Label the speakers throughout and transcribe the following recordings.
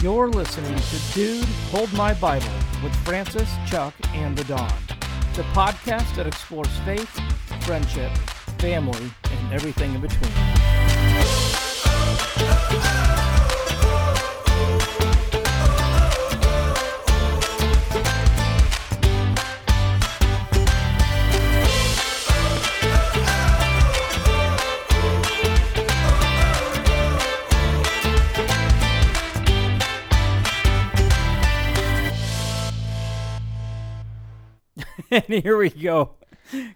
Speaker 1: You're listening to Dude Hold My Bible with Francis, Chuck, and the Don, the podcast that explores faith, friendship, family, and everything in between. and here we go.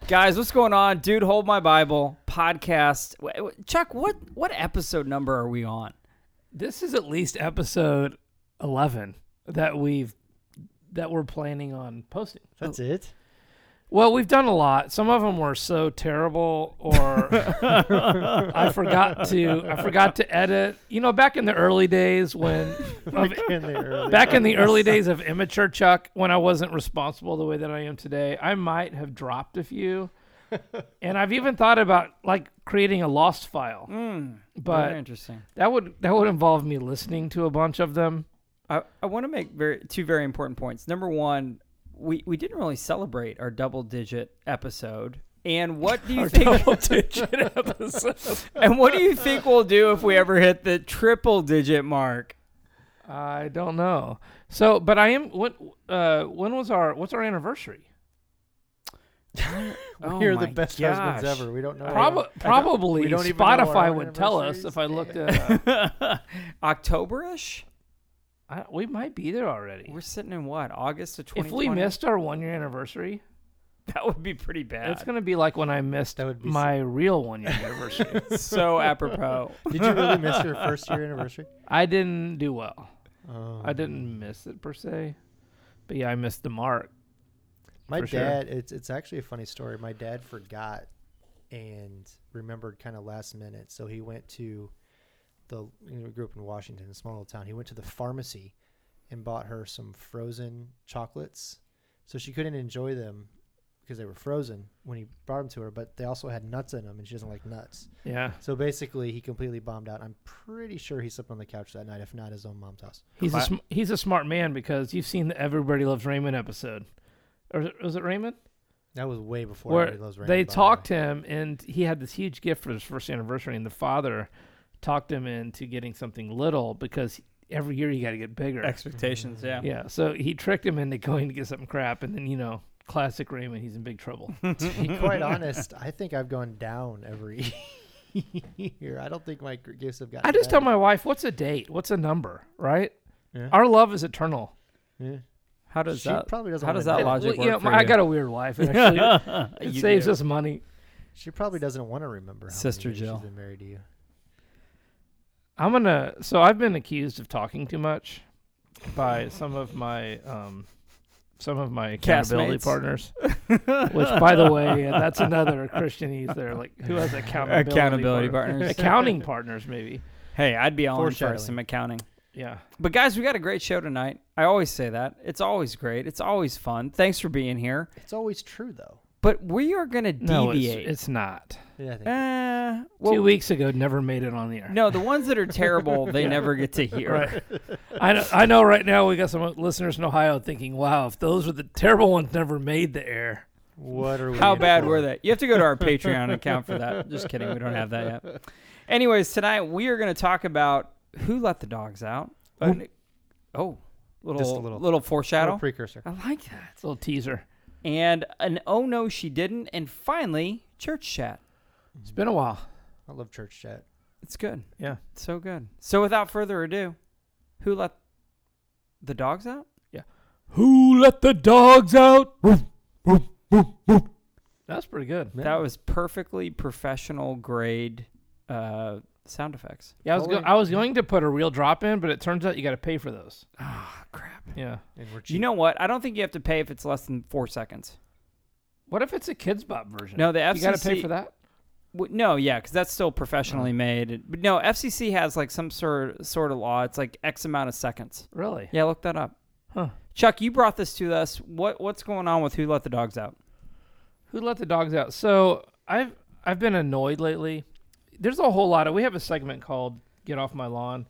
Speaker 1: Guys, what's going on? Dude, hold my Bible podcast. W- w- Chuck, what what episode number are we on?
Speaker 2: This is at least episode eleven that we've that we're planning on posting.
Speaker 3: That's it.
Speaker 2: Well, we've done a lot. Some of them were so terrible, or I forgot to I forgot to edit. You know, back in the early days when of,
Speaker 3: In the early-
Speaker 2: back in the early days of immature Chuck, when I wasn't responsible the way that I am today, I might have dropped a few. and I've even thought about like creating a lost file, but
Speaker 1: Very interesting.
Speaker 2: that would that would involve me listening to a bunch of them.
Speaker 4: I, I want to make very two very important points. Number one, we, we didn't really celebrate our double digit episode. And what do you think? and what do you think we'll do if we ever hit the triple digit mark?
Speaker 2: I don't know. So, but I am. When uh, when was our what's our anniversary?
Speaker 1: Oh
Speaker 3: We're the
Speaker 1: my
Speaker 3: best husbands
Speaker 1: gosh.
Speaker 3: ever. We don't know.
Speaker 2: Prob- probably
Speaker 3: we don't even know our
Speaker 2: Spotify would tell us if I looked at. Uh,
Speaker 4: Octoberish?
Speaker 2: I, we might be there already.
Speaker 4: We're sitting in what August of twenty.
Speaker 2: If we missed our one year anniversary,
Speaker 4: that would be pretty bad.
Speaker 2: it's gonna be like when I missed
Speaker 3: That would be
Speaker 2: my real one year anniversary.
Speaker 4: so apropos.
Speaker 3: Did you really miss your first year anniversary?
Speaker 2: I didn't do well.
Speaker 3: Oh.
Speaker 2: I didn't miss it per se, but yeah, I missed the mark.
Speaker 3: My
Speaker 2: for sure.
Speaker 3: dad. It's it's actually a funny story. My dad forgot and remembered kind of last minute, so he went to the. You know, we grew up in Washington, a small little town. He went to the pharmacy and bought her some frozen chocolates, so she couldn't enjoy them because they were frozen when he brought them to her. But they also had nuts in them, and she doesn't like nuts.
Speaker 2: Yeah,
Speaker 3: So basically, he completely bombed out. I'm pretty sure he slept on the couch that night, if not his own mom's house.
Speaker 2: he's a
Speaker 1: I-
Speaker 2: sm- he's a smart man because you've seen the Everybody Loves Raymond episode, or was it Raymond?
Speaker 3: That was way before
Speaker 2: where
Speaker 3: Everybody Loves Raymond,
Speaker 2: they
Speaker 3: by the way.
Speaker 2: talked him and he had this huge gift for his first anniversary and the father talked him into getting something little because every year you got to get bigger
Speaker 4: Expectations, yeah.
Speaker 2: yeah so he tricked him into going to get something crap and then you know classic raymond he's in big trouble
Speaker 3: to be quite honest, I think I've gone down every year. I don't think my gr- gifts have gotten.
Speaker 2: i just tell
Speaker 3: better.
Speaker 2: my wife what's a date what's a number right
Speaker 3: Yeah.
Speaker 2: our love is eternal
Speaker 3: Yeah.
Speaker 4: How does
Speaker 3: She
Speaker 4: that?
Speaker 3: probably doesn't.
Speaker 4: how
Speaker 3: wanna
Speaker 4: does that
Speaker 3: know.
Speaker 2: And,
Speaker 4: logic
Speaker 2: well, you
Speaker 4: work
Speaker 2: know,
Speaker 4: for
Speaker 2: i
Speaker 4: you?
Speaker 2: got a weird wife it actually it
Speaker 4: You
Speaker 2: saves
Speaker 4: do.
Speaker 2: us money
Speaker 3: She probably doesn't want to remember. How many
Speaker 4: Sister
Speaker 3: years
Speaker 4: Jill.
Speaker 3: She's been married to you.
Speaker 2: i'm gonna so i've been accused of talking too much by some of my um some of my accountability
Speaker 4: Castmates.
Speaker 2: partners Which, by the way, and that's another Christianese there. Like, who has accountability?
Speaker 4: Accountability
Speaker 2: partner?
Speaker 4: partners.
Speaker 2: Accounting partners, maybe.
Speaker 4: Hey, I'd be all in for
Speaker 3: Foreshadowing.
Speaker 4: some accounting.
Speaker 2: Yeah.
Speaker 4: But guys, we got a great show tonight. I always say that. It's always great. It's always fun. Thanks for being here.
Speaker 3: It's always true though.
Speaker 4: But we are going to
Speaker 2: No, it's,
Speaker 4: deviate.
Speaker 2: it's not.
Speaker 3: Yeah, I think.
Speaker 4: Uh, well,
Speaker 2: Two weeks ago, never made it on the air.
Speaker 4: No, the ones that are terrible, they never get to hear.
Speaker 2: Right. I know, I know right now we got some listeners in Ohio thinking, wow, if those were the terrible ones never made the air.
Speaker 3: what are we?
Speaker 4: How
Speaker 3: in
Speaker 4: bad
Speaker 3: for?
Speaker 4: were they? You have to go to our Patreon account for that. Just kidding. We don't have that yet. Anyways, tonight we are going to talk about who let the dogs out. And- oh,
Speaker 3: Just a
Speaker 4: little, little
Speaker 3: little-
Speaker 4: foreshadow.
Speaker 3: Little precursor.
Speaker 4: I like that.
Speaker 2: It's a little teaser.
Speaker 4: And an oh no, she didn't. And finally, church chat.
Speaker 2: It's been a while.
Speaker 3: I love church chat.
Speaker 4: It's good.
Speaker 2: Yeah.
Speaker 4: So good. So without further ado, who let the dogs out?
Speaker 2: Who let the dogs out? That's pretty good.
Speaker 4: That was perfectly professional grade uh, sound effects.
Speaker 2: Yeah, I was, go-
Speaker 3: Totally.
Speaker 2: I was going to put a real drop in, but it turns out you got to pay for those.
Speaker 4: Ah, crap.
Speaker 2: Yeah.
Speaker 3: And we're
Speaker 4: You know what? I don't think you have to pay if it's less than four seconds.
Speaker 2: What if it's a kids' bop version?
Speaker 4: No, the FCC.
Speaker 2: you got to pay for that. Uh-huh.
Speaker 4: W- no, yeah, because that's still professionally made. It- But no, FCC has like some sort sort of law. It's like X amount of seconds.
Speaker 2: Really?
Speaker 4: Yeah, look that up.
Speaker 2: Huh.
Speaker 4: Chuck, you brought this to us. What what's going on with who let the dogs out?
Speaker 2: Who let the dogs out? So I've I've been annoyed lately. There's a whole lot of. We have a segment called "Get Off My Lawn,"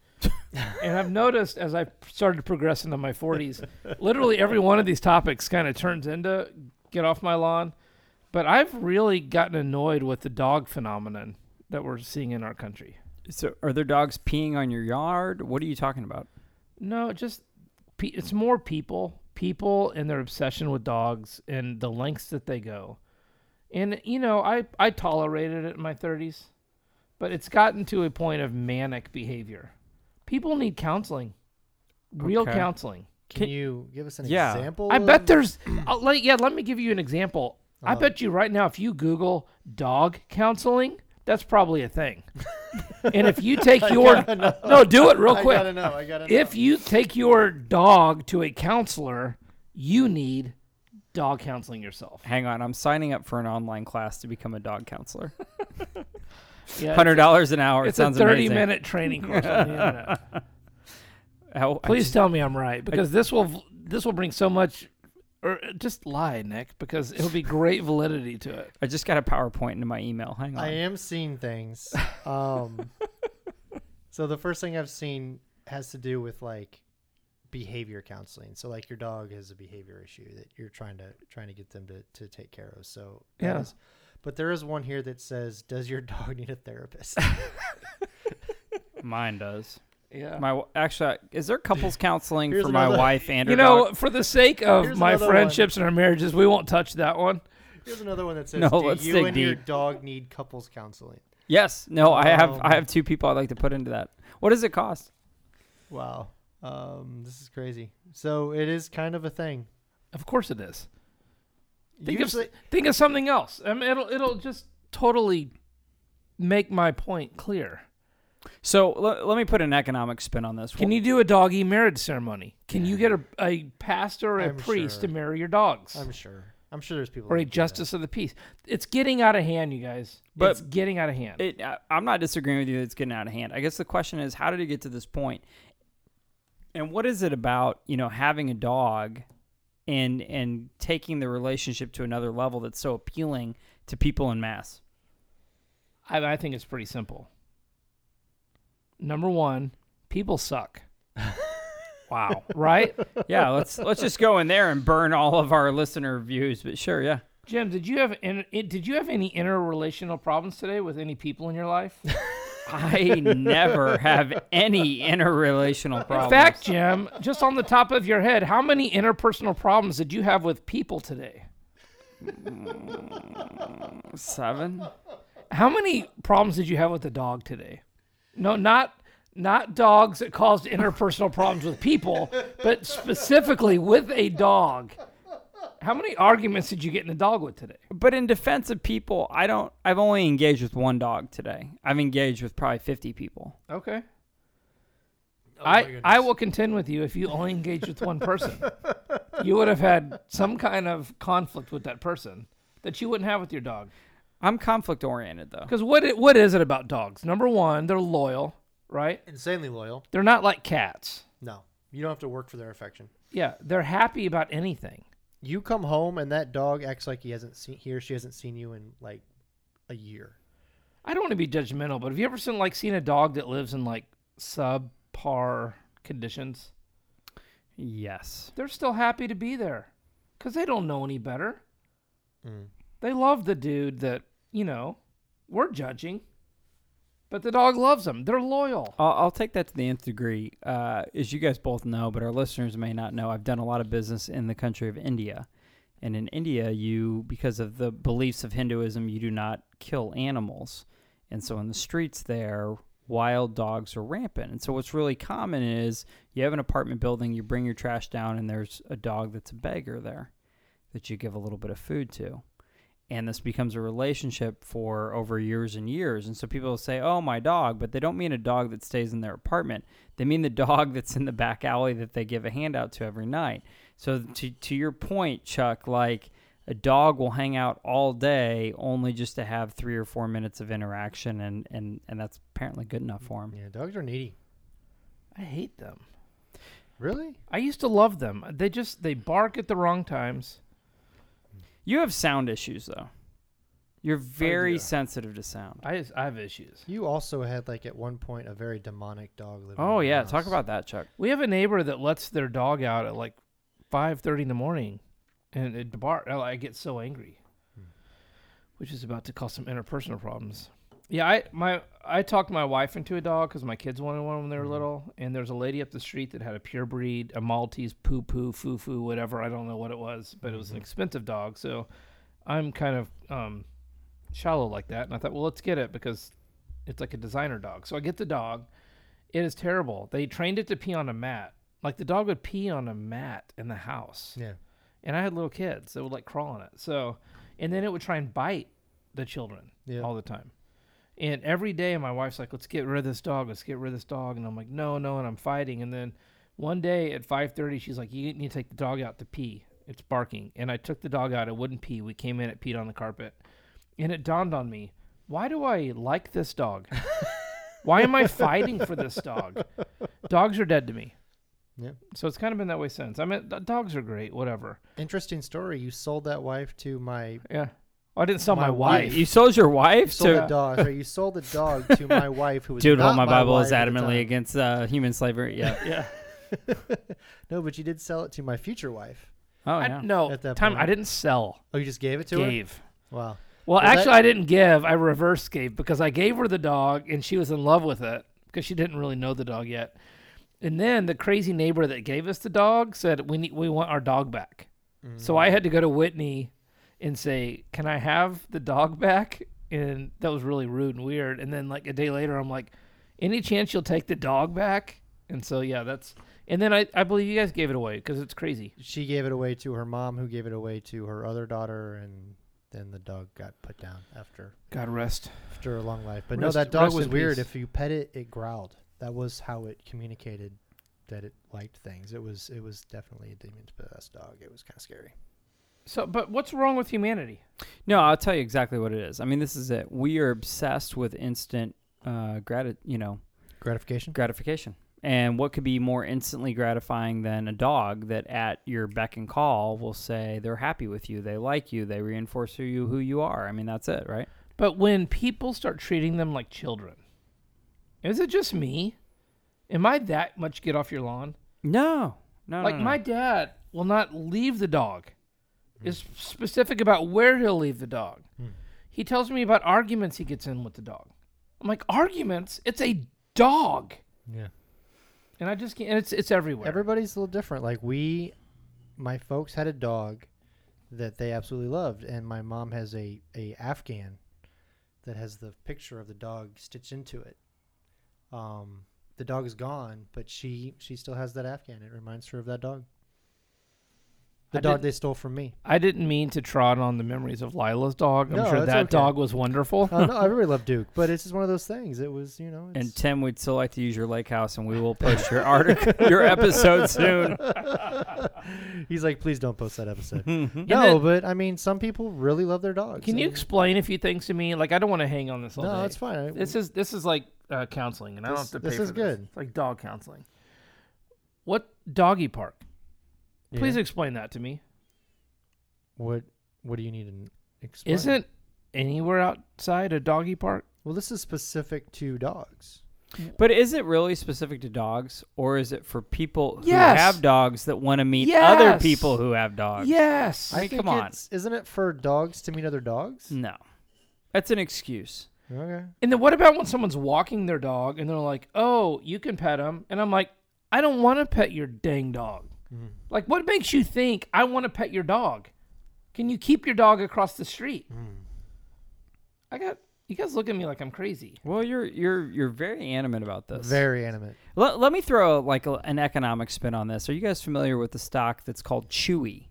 Speaker 2: and I've noticed as I started to progress into my 40s, literally every one of these topics kind of turns into get off my lawn. But I've really gotten annoyed with the dog phenomenon that we're seeing in our country.
Speaker 4: So, are there dogs peeing on your yard? What are you talking about?
Speaker 2: No, just pe- it's more people, people and their obsession with dogs and the lengths that they go. And you know, I I tolerated it in my 30s, but it's gotten to a point of manic behavior. People need counseling. Real
Speaker 4: Okay.
Speaker 2: counseling.
Speaker 3: Can,
Speaker 4: Can-
Speaker 3: you give us an
Speaker 4: Yeah.
Speaker 3: example?
Speaker 2: I bet
Speaker 3: of-
Speaker 2: there's I'll let, yeah, let me give you an example. I
Speaker 3: Uh-huh.
Speaker 2: bet you right now if you google dog counseling, that's probably a thing. and if you take your
Speaker 3: gotta know.
Speaker 2: No, do it real
Speaker 3: I
Speaker 2: quick.
Speaker 3: gotta know. I gotta know.
Speaker 2: If you take your dog to a counselor, you need dog counseling yourself.
Speaker 4: Hang on, I'm signing up for an online class to become a dog counselor.
Speaker 2: Yeah, it's-
Speaker 4: Hundred dollars an hour.
Speaker 2: It's
Speaker 4: it sounds
Speaker 2: a 30
Speaker 4: amazing.
Speaker 2: minute training course on the internet.
Speaker 4: How- I
Speaker 2: Please
Speaker 4: just-
Speaker 2: tell me I'm right because this will this will bring so much or just lie, Nick, because it'll be great validity to it.
Speaker 4: I just got a PowerPoint into my email. Hang on.
Speaker 3: I am seeing things. Um, so the first thing I've seen has to do with like behavior counseling. So like your dog has a behavior issue that you're trying to trying to get them to, to take care of. So that
Speaker 2: Yeah.
Speaker 3: is- but there is one here that says, "Does your dog need a therapist?"
Speaker 4: Mine does.
Speaker 2: Yeah.
Speaker 4: My w- actually, is there couples counseling
Speaker 3: Here's
Speaker 4: for my
Speaker 3: another-
Speaker 4: wife and her
Speaker 2: you know,
Speaker 4: dog?
Speaker 2: for the sake of
Speaker 3: Here's
Speaker 2: my
Speaker 3: another
Speaker 2: friendships and our marriages, we won't touch that one.
Speaker 3: Here's another one that says,
Speaker 4: No,
Speaker 3: "Do
Speaker 4: let's
Speaker 3: you
Speaker 4: dig
Speaker 3: and your
Speaker 4: deep.
Speaker 3: dog need couples counseling?"
Speaker 4: Yes. No. I have.
Speaker 3: Um,
Speaker 4: I have two people I'd like to put into that. What does it cost?
Speaker 3: Wow, um, this is crazy. So it is kind of a thing.
Speaker 2: Of course it is. Think
Speaker 3: Usually,
Speaker 2: of think of something else. I mean, it'll it'll just totally make my point clear.
Speaker 4: So l- let me put an economic spin on this.
Speaker 2: Can you do a doggy marriage ceremony? Can you get a, a pastor or a
Speaker 3: I'm
Speaker 2: priest to
Speaker 3: sure.
Speaker 2: marry your dogs?
Speaker 3: I'm sure. I'm sure there's people
Speaker 2: or
Speaker 3: that
Speaker 2: a
Speaker 3: do that.
Speaker 2: justice of the peace. It's getting out of hand, you guys.
Speaker 4: But-
Speaker 2: it's getting out of hand.
Speaker 4: It, I, I'm not disagreeing with you. that It's getting out of hand. I guess the question is, how did it get to this point? And what is it about you know having a dog, and and taking the relationship to another level that's so appealing to people in mass?
Speaker 2: I, I think it's pretty simple. Number one, people suck. wow. Right?
Speaker 4: Yeah. Let's let's just go in there and burn all of our listener views. But sure. Yeah.
Speaker 2: Jim, did you have in, it- did you have any interrelational problems today with any people in your life?
Speaker 4: I never have any interrelational problems.
Speaker 2: In fact, Jim, just on the top of your head, how many interpersonal problems did you have with people today?
Speaker 4: seven.
Speaker 2: How many problems did you have with the dog today? No, not not dogs that caused interpersonal problems with people, but specifically with a dog. How many arguments did you get in a dog with today?
Speaker 4: But in defense of people, I don't. I've only engaged with one dog today. I've engaged with probably fifty people.
Speaker 2: Okay. I, I will contend with you if you only engaged with one person. you would have had some kind of conflict with that person that you wouldn't have with your dog.
Speaker 4: I'm conflict oriented though.
Speaker 2: Because what, it, what is it about dogs? Number one, they're loyal, right?
Speaker 3: insanely loyal.
Speaker 2: They're not like cats.
Speaker 3: No, you don't have to work for their affection.
Speaker 2: Yeah, they're happy about anything.
Speaker 3: You come home and that dog acts like he hasn't seen he or she hasn't seen you in like a year.
Speaker 2: I don't want to be judgmental, but have you ever seen like seen a dog that lives in like subpar conditions?
Speaker 4: Yes.
Speaker 2: They're still happy to be there because they don't know any better.
Speaker 4: Mm.
Speaker 2: They love the dude that you know we're judging, but the dog loves them. They're loyal.
Speaker 4: I'll, I'll take that to the nth degree. Uh, as you guys both know, but our listeners may not know, I've done a lot of business in the country of India. And in India, you, because of the beliefs of Hinduism, you do not kill animals. And so in the streets there, wild dogs are rampant. And so what's really common is you have an apartment building, you bring your trash down, and there's a dog that's a beggar there that you give a little bit of food to and this becomes a relationship for over years and years. And so people will say, "Oh, my dog," but they don't mean a dog that stays in their apartment. They mean the dog that's in the back alley that they give a handout to every night. So to to your point, Chuck, like a dog will hang out all day only just to have three or four minutes of interaction, and and and that's apparently good enough for him.
Speaker 3: Yeah, dogs are needy.
Speaker 2: I hate them.
Speaker 3: Really?
Speaker 2: I used to love them. They just they bark at the wrong times.
Speaker 4: You have sound issues though. You're very
Speaker 2: yeah.
Speaker 4: sensitive to sound.
Speaker 2: I just, I have issues.
Speaker 3: You also had like at one point a very demonic dog living. in
Speaker 4: Oh
Speaker 3: your
Speaker 4: yeah, talk
Speaker 3: house.
Speaker 4: about that, Chuck.
Speaker 2: We have a neighbor that lets their dog out at like five thirty in the morning, and it bark. I I get so angry, which is about to cause some interpersonal problems. Yeah, I my I talked my wife into a dog because my kids wanted one when they were little, and there's a lady up the street that had a pure breed, a Maltese, poo poo, foo foo, whatever. I don't know what it was, but it was an expensive dog. So I'm kind of um, shallow like that, and I thought, well, let's get it because it's like a designer dog. So I get the dog. It is terrible. They trained it to pee on a mat. Like the dog would pee on a mat in the house.
Speaker 3: Yeah.
Speaker 2: And I had little kids that would like crawl on it. So, and then it would try and bite the children
Speaker 3: Yeah.
Speaker 2: all the time. And every day my wife's like, "Let's get rid of this dog. Let's get rid of this dog." And I'm like, "No, no." And I'm fighting. And then one day at 5:30, she's like, "You need to take the dog out to pee. It's barking." And I took the dog out. It wouldn't pee. We came in. It peed on the carpet. And it dawned on me, why do I like this dog? why am I fighting for this dog? Dogs are dead to me.
Speaker 3: Yeah.
Speaker 2: So it's kind of been that way since. I mean, th- dogs are great. Whatever.
Speaker 3: Interesting story. You sold that wife to my
Speaker 2: Yeah. Oh, I didn't sell my,
Speaker 3: My
Speaker 2: wife.
Speaker 4: You sold your wife
Speaker 3: sold
Speaker 4: to
Speaker 3: the dog. Sorry, you sold the dog to my wife who was
Speaker 4: Dude,
Speaker 3: not
Speaker 4: hold my Bible
Speaker 3: wife
Speaker 4: is
Speaker 3: at the
Speaker 4: adamantly
Speaker 3: time.
Speaker 4: against uh, human slavery. Yeah.
Speaker 3: no, but you did sell it to my future wife.
Speaker 4: Oh
Speaker 2: I,
Speaker 4: yeah.
Speaker 2: No,
Speaker 3: At that
Speaker 2: time
Speaker 3: point.
Speaker 2: I didn't sell.
Speaker 3: Oh, you just gave it to her.
Speaker 2: Gave.
Speaker 3: Wow.
Speaker 2: Well,
Speaker 3: Well, that-
Speaker 2: actually, I didn't give. I reverse gave because I gave her the dog, and she was in love with it because she didn't really know the dog yet. And then the crazy neighbor that gave us the dog said, "We need, we want our dog back." So
Speaker 3: Mm.
Speaker 2: I had to go to Whitney and say, "Can I have the dog back?" And that was really rude and weird. And then like a day later, I'm like, "Any chance you'll take the dog back?" And so yeah, that's. And then I, I believe you guys gave it away because it's crazy.
Speaker 3: She gave it away to her mom, who gave it away to her other daughter, and then the dog got put down after
Speaker 2: God rest.
Speaker 3: after a long life. But
Speaker 2: Rest-
Speaker 3: no, that dog
Speaker 2: rest
Speaker 3: was
Speaker 2: in
Speaker 3: weird.
Speaker 2: peace.
Speaker 3: If you pet it, it growled. That was how it communicated that it liked things. It was it was definitely a demon possessed dog. It was kind of scary.
Speaker 2: So, but what's wrong with humanity?
Speaker 4: No, I'll tell you exactly what it is. I mean, this is it. We are obsessed with instant uh grati- you know,
Speaker 3: Gratification.
Speaker 4: gratification. And what could be more instantly gratifying than a dog that at your beck and call will say they're happy with you, they like you, they reinforce who you who you are. I mean, that's it, right?
Speaker 2: But when people start treating them like children, is it just me? Am I that much get off your lawn?
Speaker 4: No. No.
Speaker 2: like
Speaker 4: no, no.
Speaker 2: my dad will not leave the dog. Is specific about where he'll leave the dog.
Speaker 3: Hmm.
Speaker 2: He tells me about arguments he gets in with the dog. I'm like, arguments? It's a dog.
Speaker 3: Yeah.
Speaker 2: And I just can't and it's it's everywhere.
Speaker 3: Everybody's a little different. Like we, my folks had a dog that they absolutely loved, and my mom has a a Afghan that has the picture of the dog stitched into it. Um, the dog is gone, but she she still has that Afghan. It reminds her of that dog. The
Speaker 2: I
Speaker 3: dog
Speaker 2: didn't-
Speaker 3: they stole from me.
Speaker 2: I didn't mean to trot on the memories of Lila's dog. I'm
Speaker 3: No,
Speaker 2: sure
Speaker 3: it's
Speaker 2: that
Speaker 3: okay.
Speaker 2: dog was wonderful.
Speaker 3: Uh, no, I really love Duke, but it's just one of those things. It was, you know,
Speaker 4: and
Speaker 3: it's,
Speaker 4: Tim, we'd still like to use your lake house, and we will post your article, your episode soon.
Speaker 3: he's like, please don't post that episode.
Speaker 2: And
Speaker 3: no,
Speaker 2: then-
Speaker 3: but I mean, some people really love their dogs.
Speaker 2: can you
Speaker 3: and-
Speaker 2: explain a few things to me? Like I don't want to hang on this all
Speaker 3: No,
Speaker 2: day.
Speaker 3: it's fine. I-
Speaker 2: This is this is like uh, counseling, and I don't
Speaker 3: This-
Speaker 2: have to pay
Speaker 3: this
Speaker 2: for
Speaker 3: is good.
Speaker 2: It's like dog counseling. What doggy park?
Speaker 3: Yeah.
Speaker 2: Please explain that to me.
Speaker 3: What What do you need to n- explain?
Speaker 2: Isn't anywhere outside a doggy park?
Speaker 3: well, this is specific to dogs.
Speaker 4: But is it really specific to dogs, or is it for people who
Speaker 2: Yes.
Speaker 4: have dogs that want to meet other
Speaker 2: Yes.
Speaker 4: people who have dogs?
Speaker 2: Yes.
Speaker 4: I mean,
Speaker 3: think
Speaker 4: come on. Mm.
Speaker 3: it's- Isn't it for dogs to meet other dogs?
Speaker 4: No, that's an excuse.
Speaker 3: Okay.
Speaker 2: and then what about when someone's walking their dog and they're like, "Oh, you can pet him," and I'm like, "I don't want to pet your dang dog." Like, what makes you think I want to pet your dog? Can you keep your dog across the street? I got you guys look at me like I'm crazy.
Speaker 4: Well, you're you're you're very animate about this.
Speaker 3: Very animate.
Speaker 4: Let, let me throw like a, an economic spin on this. Are you guys familiar with the stock that's called Chewy?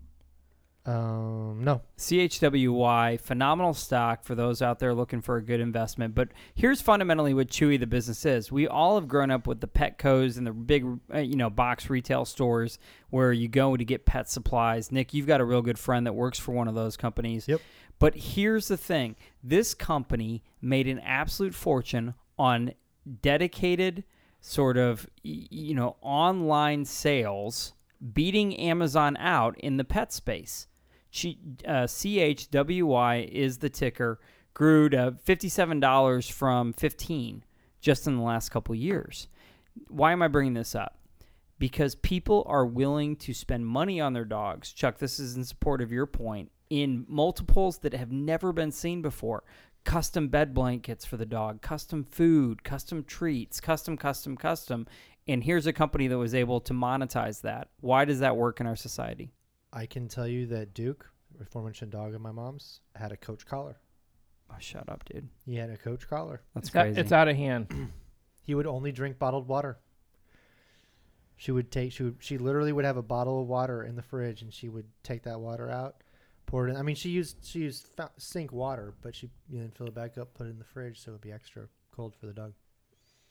Speaker 3: Um, no.
Speaker 4: CHWY, phenomenal stock for those out there looking for a good investment. But here's fundamentally what Chewy the business is. We all have grown up with the Petco's and the big, uh, you know, box retail stores where you go to get pet supplies. Nick, you've got a real good friend that works for one of those companies.
Speaker 3: Yep.
Speaker 4: But here's the thing: this company made an absolute fortune on dedicated, sort of, y- you know, online sales, beating Amazon out in the pet space. Ch- uh, CHWY is the ticker. grew to fifty-seven dollars from fifteen just in the last couple years. Why am I bringing this up? Because people are willing to spend money on their dogs. Chuck, this is in support of your point. In multiples that have never been seen before, custom bed blankets for the dog, custom food, custom treats, custom, custom, custom. And here's a company that was able to monetize that. Why does that work in our society?
Speaker 3: I can tell you that Duke, aforementioned dog of my mom's, had a coach collar.
Speaker 4: Oh, shut up, dude.
Speaker 3: He had a coach collar.
Speaker 4: That's
Speaker 2: It's out-
Speaker 4: crazy.
Speaker 2: it's out of hand.
Speaker 3: He would only drink bottled water. She would take she would, she literally would have a bottle of water in the fridge and she would take that water out, pour it in. I mean, she used she used fou- sink water, but she you know, then fill it back up, put it in the fridge so it'd be extra cold for the dog.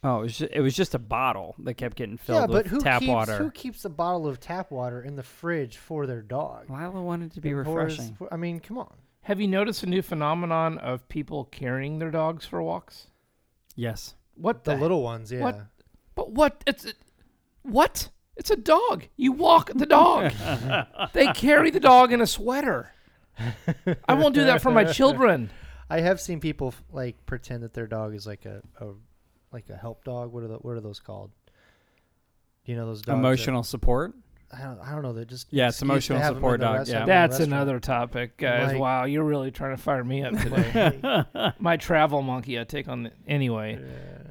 Speaker 4: oh, it was, just, it was just a bottle that kept getting filled
Speaker 3: yeah, but
Speaker 4: with
Speaker 3: who
Speaker 4: tap
Speaker 3: keeps,
Speaker 4: water.
Speaker 3: Who keeps a bottle of tap water in the fridge for their dog?
Speaker 4: Lila wanted to be
Speaker 3: And pours-
Speaker 4: refreshing.
Speaker 3: I mean, come on.
Speaker 2: Have you noticed a new phenomenon of people carrying their dogs for walks?
Speaker 4: Yes.
Speaker 2: What
Speaker 3: The
Speaker 2: the,
Speaker 3: little ones, yeah.
Speaker 2: What? But what? It's what? It's a dog. You walk the dog. they carry the dog in a sweater. I won't do that for my children.
Speaker 3: I have seen people f- like pretend that their dog is like a, a like a help dog. What are the, what are those called? You know those dogs that-
Speaker 4: Emotional support.
Speaker 3: I don't, I don't know. They're just
Speaker 4: Yeah, it's
Speaker 3: excuse to
Speaker 4: emotional
Speaker 3: have 'em in
Speaker 4: support
Speaker 3: the
Speaker 4: dog,
Speaker 3: restaurant-
Speaker 4: yeah.
Speaker 2: That's
Speaker 3: restaurant.
Speaker 2: another topic, guys.
Speaker 3: Like-
Speaker 2: wow, you're really trying to fire me up today. my travel monkey I take on the, anyway.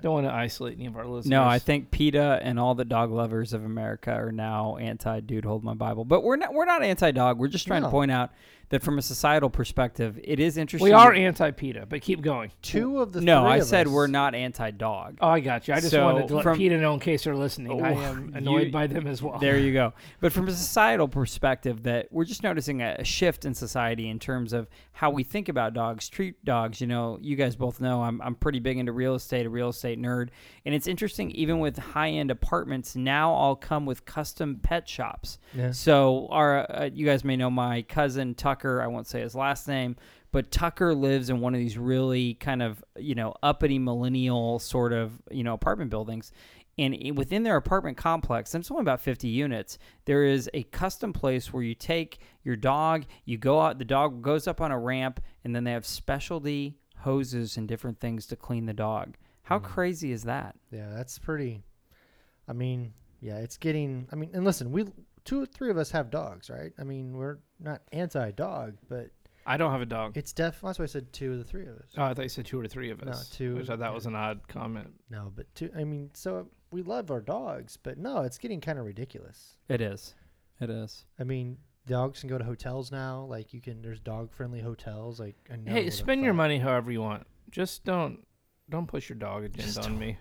Speaker 2: Don't want to isolate any of our listeners.
Speaker 4: No, I think PETA and all the dog lovers of America are now anti dude hold my Bible. But we're not we're not anti dog. We're just trying
Speaker 3: No.
Speaker 4: to point out that from a societal perspective, it is interesting.
Speaker 2: we are
Speaker 4: that-
Speaker 2: anti PETA, but keep going.
Speaker 3: Two of the
Speaker 4: No,
Speaker 3: three
Speaker 4: I
Speaker 3: of
Speaker 4: said
Speaker 3: us-
Speaker 4: we're not anti dog.
Speaker 2: Oh, I got you. I just
Speaker 4: So,
Speaker 2: wanted to let
Speaker 4: from-
Speaker 2: PETA know in case they're listening. I
Speaker 4: Oh,
Speaker 2: am annoyed
Speaker 4: you-
Speaker 2: by them as well.
Speaker 4: There you go. But from a societal perspective, that we're just noticing a, a shift in society in terms of how we think about dogs, treat dogs. You know, you guys both know I'm, I'm pretty big into real estate, a real estate nerd. And it's interesting, even with high end apartments, now all come with custom pet shops.
Speaker 3: Yeah.
Speaker 4: So, our, uh, you guys may know my cousin Tucker, I won't say his last name. But Tucker lives in one of these really kind of, you know, uppity millennial sort of, you know, apartment buildings and i- within their apartment complex, and it's only about 50 units, there is a custom place where you take your dog, you go out, the dog goes up on a ramp, and then they have specialty hoses and different things to clean the dog. How crazy is that?
Speaker 3: Yeah, that's pretty. I mean, yeah, it's getting. I mean, and listen, we two or three of us have dogs, right? I mean, we're not anti-dog, but
Speaker 2: I don't have a dog.
Speaker 3: it's def. That's why I said two of the three of us.
Speaker 2: Oh, I thought you said two or three of
Speaker 3: No,
Speaker 2: us.
Speaker 3: two,
Speaker 2: Which I
Speaker 3: yeah.
Speaker 2: thought was an odd comment.
Speaker 3: No, but two. I mean, so we love our dogs, but no, it's getting kind of ridiculous.
Speaker 4: It is. It is.
Speaker 3: I mean, dogs can go to hotels now. Like you can, there's dog-friendly hotels. Like I never
Speaker 2: hey,
Speaker 3: would've
Speaker 2: spend your
Speaker 3: thought-
Speaker 2: money however you want. Just don't don't push your dog agenda
Speaker 3: Just
Speaker 2: on me.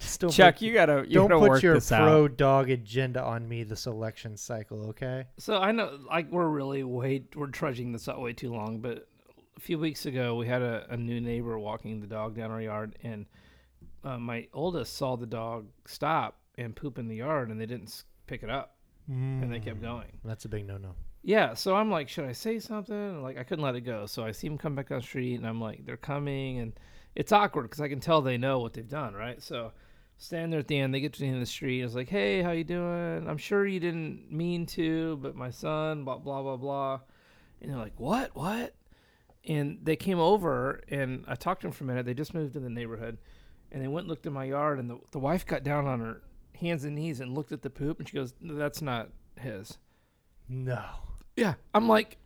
Speaker 3: Just don't
Speaker 4: Chuck,
Speaker 3: put-
Speaker 4: you gotta you
Speaker 3: don't
Speaker 4: gotta
Speaker 3: put
Speaker 4: work
Speaker 3: your
Speaker 4: this out.
Speaker 3: pro dog agenda on me this election cycle, okay?
Speaker 2: So I know like we're really way we're trudging this out way too long, but a few weeks ago we had a, a new neighbor walking the dog down our yard and uh, my oldest saw the dog stop and poop in the yard and they didn't s- pick it up and they kept going.
Speaker 3: That's a big no-no.
Speaker 2: Yeah, so I'm like, should I say something? And, Like, I couldn't let it go. So I see them come back on the street, and I'm like, they're coming, and it's awkward because I can tell they know what they've done, right? So stand there at the end, they get to the end of the street, and it's like, hey, how you doing? I'm sure you didn't mean to, but my son, blah blah blah blah, and they're like, what, what? And they came over, and I talked to them for a minute. They just moved in the neighborhood, and they went and looked in my yard, and the, the wife got down on her hands and knees and looked at the poop, and she goes, no, that's not his.
Speaker 3: No.
Speaker 2: Yeah. I'm like,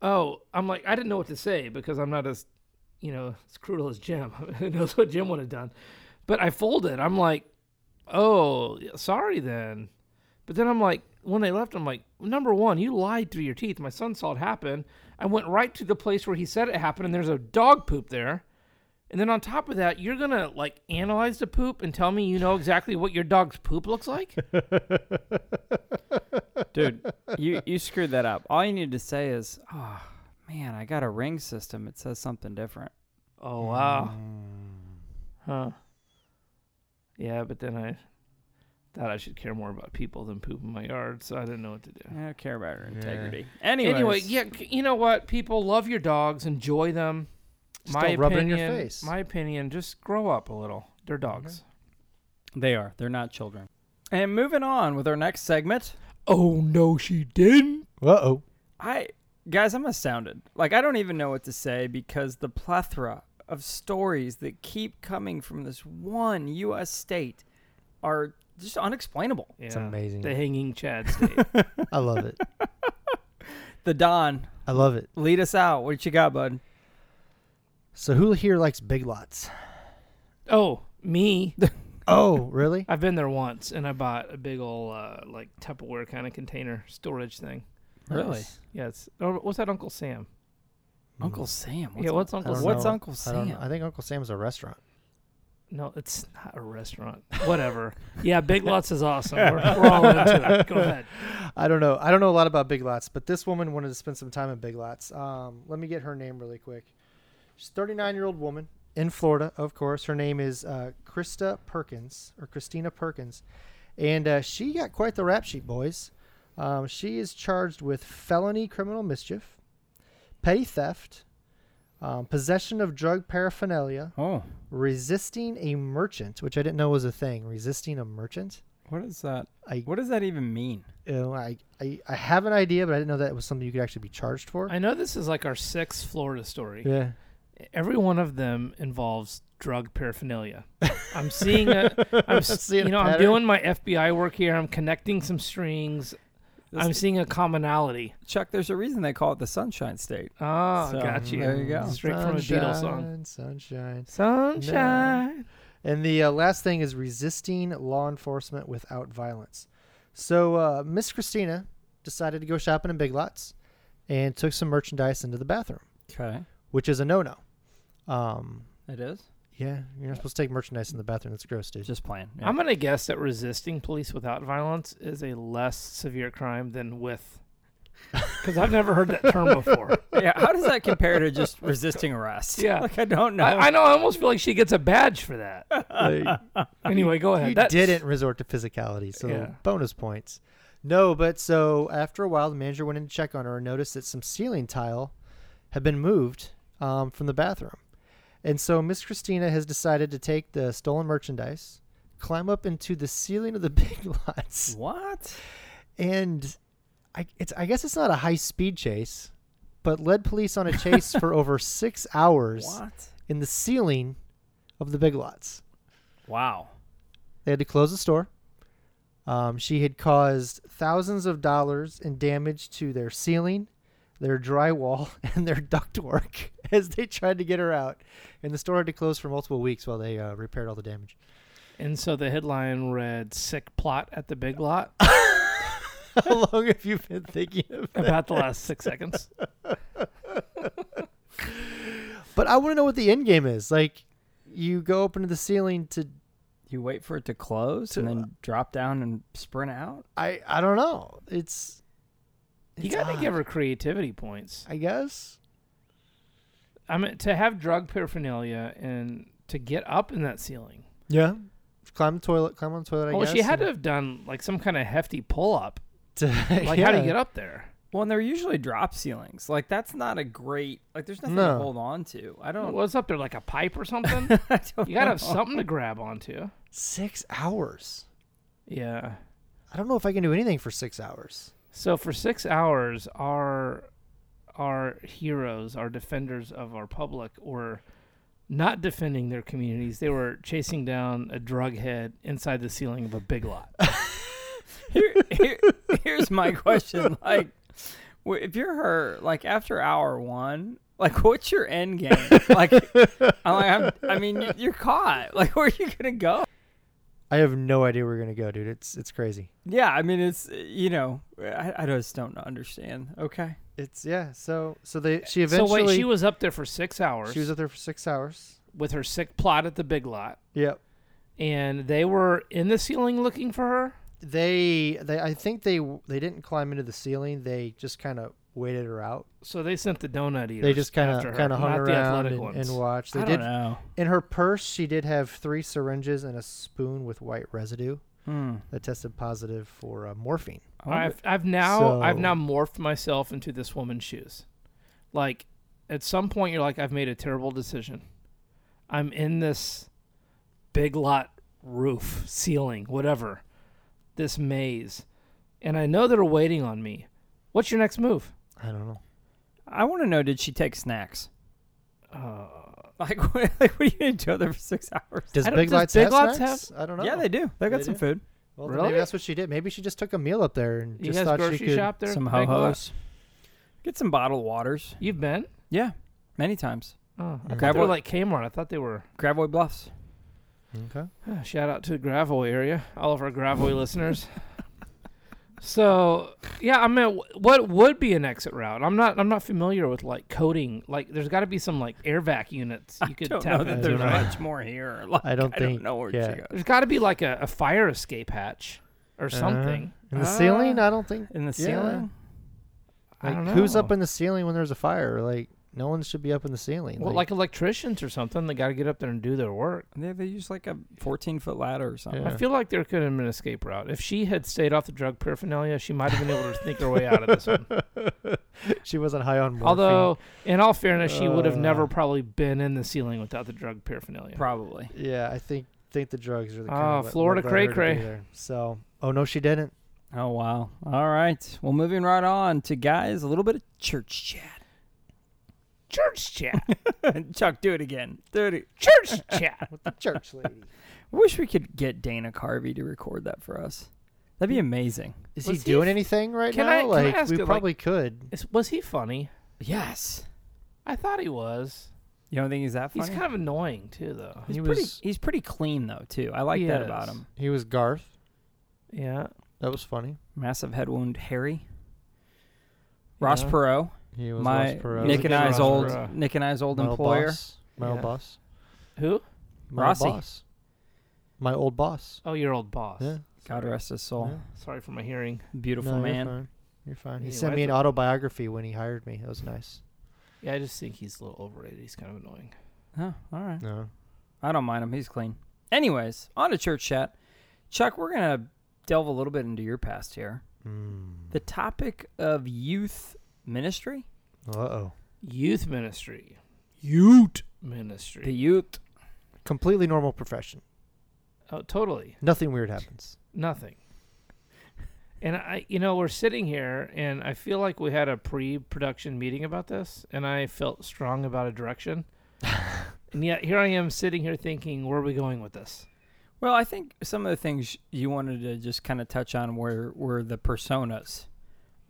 Speaker 2: oh, I'm like, I didn't know what to say because I'm not as, you know, as cruel as Jim. Who knows what Jim would have done? But I folded. I'm like, oh, sorry then. But then I'm like, when they left, I'm like, number one, you lied through your teeth. My son saw it happen. I went right to the place where he said it happened, and there's a dog poop there. And then on top of that, you're gonna like analyze the poop and tell me you know exactly what your dog's poop looks like.
Speaker 4: Dude, you, you screwed that up. All you need to say is, oh man, I got a ring system. It says something different.
Speaker 2: Oh wow. Huh. Yeah, but then I thought I should care more about people than poop in my yard, so I didn't know what to do.
Speaker 4: I don't care about your
Speaker 3: Yeah.
Speaker 4: integrity.
Speaker 2: Anyway,
Speaker 4: Anyways,
Speaker 2: yeah, c- you know what? People love your dogs, enjoy them.
Speaker 3: Just
Speaker 2: my opinion,
Speaker 3: don't rub it in your face. Mm-hmm.
Speaker 2: my opinion, just grow up a little. They're dogs.
Speaker 4: They are. They're not children. And moving on with our next segment.
Speaker 2: Oh no, she didn't.
Speaker 3: Uh oh.
Speaker 4: I guys, I'm astounded. Like I don't even know what to say because the plethora of stories that keep coming from this one U.S. state are just unexplainable.
Speaker 2: Yeah.
Speaker 3: It's amazing.
Speaker 2: The hanging Chad state.
Speaker 3: I love it.
Speaker 4: The Don,
Speaker 3: I love it.
Speaker 4: lead us out. What you got, bud?
Speaker 3: So who here likes Big Lots?
Speaker 2: oh, me.
Speaker 3: Oh, really?
Speaker 2: I've been there once, and I bought a big old uh, like Tupperware kind of container storage thing.
Speaker 4: Really?
Speaker 3: Nice.
Speaker 2: Yes. Oh, what's that, Uncle Sam?
Speaker 4: Uncle Sam. What's
Speaker 2: yeah. What's
Speaker 3: I
Speaker 2: Uncle?
Speaker 3: don't
Speaker 2: Sam?
Speaker 4: What's
Speaker 3: know.
Speaker 4: Uncle
Speaker 3: I
Speaker 4: Sam?
Speaker 3: don't know. I think Uncle Sam's a restaurant.
Speaker 2: No, it's not a restaurant. Whatever. yeah, Big Lots is awesome. We're, we're all into it. Go ahead.
Speaker 3: I don't know. I don't know a lot about Big Lots, but this woman wanted to spend some time at Big Lots. Um, let me get her name really quick. She's a 39 year old woman in Florida, of course. Her name is uh, Krista Perkins or Christina Perkins, and uh, she got quite the rap sheet, boys. Um, she is charged with felony criminal mischief, petty theft, um, possession of drug paraphernalia,
Speaker 4: oh,
Speaker 3: resisting a merchant, which I didn't know was a thing. Resisting a merchant.
Speaker 4: what is that?
Speaker 3: I
Speaker 4: What does that even mean?
Speaker 3: you know, I, I, I have an idea, but I didn't know that was something you could actually be charged for.
Speaker 2: I know this is like our sixth Florida story.
Speaker 3: yeah.
Speaker 2: Every one of them involves drug paraphernalia. I'm seeing a. I'm s-
Speaker 3: Seeing a
Speaker 2: you know, I'm
Speaker 3: pattern.
Speaker 2: doing my FBI work here. I'm connecting some strings.
Speaker 4: This-
Speaker 2: I'm seeing a commonality.
Speaker 4: Chuck, there's a reason they call it the Sunshine State.
Speaker 2: Oh,
Speaker 4: So,
Speaker 2: got you.
Speaker 4: there you go.
Speaker 2: Straight from a Beatles song.
Speaker 3: Sunshine, Sunshine.
Speaker 2: Sunshine.
Speaker 3: And the uh, last thing is resisting law enforcement without violence. So uh, Miss Christina decided to go shopping in Big Lots and took some merchandise into the bathroom,
Speaker 4: Okay,
Speaker 3: which is a no-no. Um,
Speaker 4: it is.
Speaker 3: yeah, you're not supposed to take merchandise in the bathroom. That's gross, dude.
Speaker 4: Just playing.
Speaker 2: I'm gonna guess that resisting police without violence is a less severe crime than with, because I've never heard that term before.
Speaker 4: yeah, how does that compare to just resisting arrest?
Speaker 2: Yeah.
Speaker 4: like I don't know.
Speaker 2: I, I know. I almost feel like she gets a badge for that.
Speaker 3: Like,
Speaker 2: Anyway, go ahead.
Speaker 3: you
Speaker 2: That's-
Speaker 3: didn't resort to physicality, so
Speaker 2: Yeah.
Speaker 3: bonus points. No, but so after a while, the manager went in to check on her and noticed that some ceiling tile had been moved um, from the bathroom. And so Miss Christina has decided to take the stolen merchandise, climb up into the ceiling of the big lots,
Speaker 4: what?
Speaker 3: and I, it's, I guess it's not a high speed chase, but led police on a chase for over six hours
Speaker 4: What?
Speaker 3: in the ceiling of the big lots.
Speaker 4: Wow.
Speaker 3: They had to close the store. Um, she had caused thousands of dollars in damage to their ceiling, their drywall, and their ductwork as they tried to get her out. And the store had to close for multiple weeks while they uh, repaired all the damage.
Speaker 2: And so the headline read "Sick Plot at the Big Lot"
Speaker 3: How long have you been thinking of that?
Speaker 2: about the last six seconds.
Speaker 3: But I want to know what the end game is. Like, you go up into the ceiling to
Speaker 4: You wait for it to close and
Speaker 3: To-
Speaker 4: then drop down and sprint out.
Speaker 3: I I don't know. It's
Speaker 2: You
Speaker 3: it's
Speaker 2: got to
Speaker 3: odd,
Speaker 2: give her creativity points.
Speaker 3: I guess.
Speaker 2: I mean, to have drug paraphernalia and to get up in that ceiling.
Speaker 3: Yeah. Climb the toilet. Climb on the toilet. I
Speaker 2: well,
Speaker 3: guess.
Speaker 2: she had to
Speaker 3: and-
Speaker 2: have done like some kind of hefty pull up.
Speaker 3: to-
Speaker 2: Like, how do you
Speaker 3: yeah.
Speaker 2: get up there?
Speaker 4: Well, and they're usually drop ceilings. Like that's not a great. Like there's nothing to
Speaker 3: No.
Speaker 4: hold on to. I don't.
Speaker 2: What's up there? Like a pipe or something?
Speaker 4: I don't
Speaker 2: You gotta have
Speaker 4: know.
Speaker 2: something to grab onto.
Speaker 3: Six hours.
Speaker 2: Yeah.
Speaker 3: I don't know if I can do anything for six hours.
Speaker 2: So for six hours, our our heroes, our defenders of our public, were not defending their communities. They were chasing down a drug head inside the ceiling of a big lot.
Speaker 4: Here, here, here's my question. Like, w- if you're her, like after hour one, like what's your end game? Like, I'm like, I'm, I mean, y- you're caught. Like, where are you gonna go?
Speaker 3: I have no idea where we're gonna go, dude. It's it's crazy.
Speaker 4: Yeah, I mean, it's uh, you know, I, I just don't understand. Okay,
Speaker 3: It's yeah. So so they she
Speaker 2: So
Speaker 3: eventually
Speaker 2: wait, she
Speaker 3: she, was,
Speaker 2: was up there for six hours
Speaker 3: up there for six hours.
Speaker 2: with her sick plot at the big lot,
Speaker 3: Yep.
Speaker 2: and they were in the ceiling looking for her.
Speaker 3: They they I think they they didn't climb into the ceiling. They just kind of waited her out.
Speaker 2: So they sent the donut eaters.
Speaker 3: They just kind
Speaker 2: after
Speaker 3: of
Speaker 2: her,
Speaker 3: kind of hung
Speaker 2: not the
Speaker 3: around
Speaker 2: athletic
Speaker 3: and,
Speaker 2: ones.
Speaker 3: and watched. They
Speaker 4: I
Speaker 3: did
Speaker 4: don't know.
Speaker 3: in her purse. She did have three syringes and a spoon with white residue
Speaker 4: Hmm.
Speaker 3: that tested positive for uh, morphine.
Speaker 4: I wonder-
Speaker 2: I've I've now I've
Speaker 3: So-
Speaker 2: now morphed myself into this woman's shoes. Like at some point you're like I've made a terrible decision. I'm in this big lot roof, ceiling, whatever. This maze. And I know they're waiting on me. What's your next move?
Speaker 3: I don't know.
Speaker 4: I want to know did she take snacks?
Speaker 2: Uh,
Speaker 4: Like, what, like, what are you going to do there for six hours?
Speaker 3: Does
Speaker 2: I don't-
Speaker 3: Big
Speaker 2: does
Speaker 3: Lots
Speaker 2: Big
Speaker 3: have
Speaker 2: Lots
Speaker 3: snacks? I don't know.
Speaker 4: Yeah, they do. They got
Speaker 3: They
Speaker 4: some
Speaker 3: do?
Speaker 4: food.
Speaker 3: Well, then
Speaker 2: Really?
Speaker 3: maybe that's what she did. Maybe she just took a meal up there and
Speaker 2: he
Speaker 3: just
Speaker 2: has
Speaker 3: thought
Speaker 2: grocery
Speaker 3: she could.
Speaker 2: shop there.
Speaker 4: some ho
Speaker 2: Big Lots.
Speaker 4: hos. Get some bottled waters.
Speaker 2: You've been?
Speaker 4: Yeah, many times.
Speaker 2: Oh, I
Speaker 3: Mm.
Speaker 2: thought they were
Speaker 4: Graboid-
Speaker 2: like Kmart. I thought they were.
Speaker 4: Gravoid Bluffs.
Speaker 3: Okay.
Speaker 2: Uh, shout out to the Gravoy area, all of our Gravoy listeners. So yeah, I mean, wh- what would be an exit route? I'm not. I'm not familiar with like coding. Like, there's got to be some like air vac units you could
Speaker 4: I don't
Speaker 2: tap
Speaker 4: know that
Speaker 2: into,
Speaker 4: there's
Speaker 2: right?
Speaker 4: much more here. Like,
Speaker 3: I don't think-
Speaker 4: know where
Speaker 3: yeah.
Speaker 4: she goes.
Speaker 2: There's got to be like a, a fire escape hatch or something.
Speaker 3: And the ceiling?
Speaker 4: Uh,
Speaker 3: I don't think.
Speaker 4: in the
Speaker 3: Yeah.
Speaker 4: ceiling.
Speaker 2: I
Speaker 3: Like,
Speaker 2: don't know.
Speaker 3: who's up in the ceiling when there's a fire? Like, no one should be up in the ceiling.
Speaker 2: well, like electricians or something? They got to get up there and do their work.
Speaker 4: Yeah, they use like a 14 foot ladder or something.
Speaker 2: I feel like there could have been an escape route. If she had stayed off the drug paraphernalia, she might have been able to think her way out of this one.
Speaker 3: she wasn't high on morphine.
Speaker 2: Although, in all fairness, she would have never
Speaker 3: Uh.
Speaker 2: probably been in the ceiling without the drug paraphernalia.
Speaker 4: Probably.
Speaker 3: Yeah, I think think the drugs are the kind
Speaker 2: Ah,
Speaker 3: of what-
Speaker 2: Florida
Speaker 3: what led her to be
Speaker 2: cray-cray.
Speaker 3: there. So, oh no, she didn't.
Speaker 4: Oh, wow. All right. Well, moving right on to guys, a little bit of church
Speaker 2: Church chat.
Speaker 4: chat. Chuck, do it again. Do it.
Speaker 2: Church chat.
Speaker 3: With the church lady.
Speaker 4: Wish we could get Dana Carvey to record that for us. That'd be amazing.
Speaker 3: Is
Speaker 2: Was
Speaker 3: he
Speaker 2: he
Speaker 3: doing
Speaker 2: f-
Speaker 3: anything right
Speaker 2: Can
Speaker 3: now?
Speaker 2: I- can I
Speaker 3: like,
Speaker 2: ask
Speaker 3: we
Speaker 2: you, like-
Speaker 3: probably could.
Speaker 2: Is, was he funny?
Speaker 4: Yes.
Speaker 2: I thought he was.
Speaker 4: You don't think he's that funny?
Speaker 2: He's kind of annoying too, though.
Speaker 4: He's
Speaker 3: he
Speaker 4: pretty,
Speaker 3: was-
Speaker 4: he's pretty clean though too. I like
Speaker 2: He
Speaker 4: that about
Speaker 2: is.
Speaker 4: him.
Speaker 3: He was Garth.
Speaker 2: Yeah.
Speaker 3: That was funny.
Speaker 4: Massive head wound, Harry. Ross
Speaker 2: Yeah.
Speaker 4: Perot,
Speaker 3: He was
Speaker 4: my
Speaker 3: Ross Perot.
Speaker 4: Nick and
Speaker 2: Ross
Speaker 4: I's old
Speaker 2: Perot.
Speaker 4: Nick and I's old
Speaker 3: my
Speaker 4: employer.
Speaker 3: Old boss. My old
Speaker 2: Yeah.
Speaker 3: boss.
Speaker 2: Who?
Speaker 3: My
Speaker 4: Rossi.
Speaker 3: old boss. My old boss.
Speaker 2: Oh, your old boss.
Speaker 3: Yeah.
Speaker 4: God rest his soul.
Speaker 3: Yeah.
Speaker 2: Sorry for my hearing.
Speaker 4: Beautiful
Speaker 3: No,
Speaker 4: man.
Speaker 3: You're fine. You're fine. He
Speaker 2: Anyway,
Speaker 3: sent
Speaker 2: I
Speaker 3: me an
Speaker 2: thought-
Speaker 3: autobiography when he hired me. That was nice.
Speaker 2: Yeah, I just think he's a little overrated. He's kind of annoying.
Speaker 4: Huh, all right.
Speaker 3: No.
Speaker 4: I don't mind him. He's clean. Anyways, on to church chat. Chuck, we're gonna delve a little bit into your past here.
Speaker 3: Mm.
Speaker 4: The topic of youth ministry.
Speaker 3: Uh oh.
Speaker 2: Youth ministry. Youth ministry.
Speaker 4: The youth.
Speaker 3: Completely normal profession.
Speaker 2: oh, totally.
Speaker 3: Nothing weird happens.
Speaker 2: Nothing. And I, you know, we're sitting here, and I feel like we had a pre-production meeting about this, and I felt strong about a direction. and yet here I am sitting here thinking, where are we going with this?
Speaker 4: Well, I think some of the things you wanted to just kind of touch on were were the personas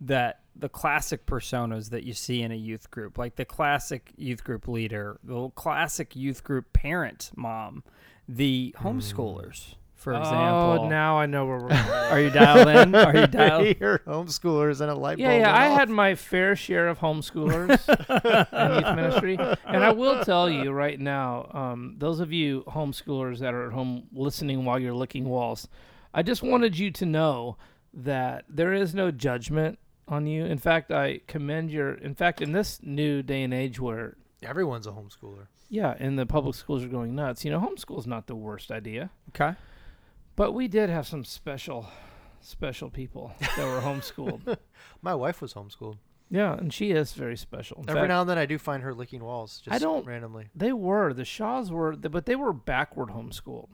Speaker 4: that the classic personas that you see in a youth group, like the classic youth group leader, the classic youth group parent, mom, the homeschoolers, for example.
Speaker 2: Hmm. Oh, now I know where we're going.
Speaker 4: Are you dialed in? Are you dialed?
Speaker 3: Your homeschoolers and a light
Speaker 2: yeah,
Speaker 3: bulb.
Speaker 2: yeah.
Speaker 3: went
Speaker 2: I
Speaker 3: off.
Speaker 2: had my fair share of homeschoolers and youth ministry, and I will tell you right now, um, those of you homeschoolers that are at home listening while you're licking walls, I just wanted you to know that there is no judgment on you. In fact, I commend your. In fact, in this new day and age where
Speaker 3: Everyone's a homeschooler.
Speaker 2: yeah, and the public schools are going nuts, you know, homeschool's not the worst idea.
Speaker 4: Okay.
Speaker 2: But we did have some special, special people that were homeschooled.
Speaker 3: My wife was homeschooled.
Speaker 2: yeah, and she is very special. In
Speaker 3: Every
Speaker 2: fact,
Speaker 3: now and then I do find her licking walls just
Speaker 2: I don't-
Speaker 3: randomly.
Speaker 2: They were the Shaws were, th- but they were backward homeschooled.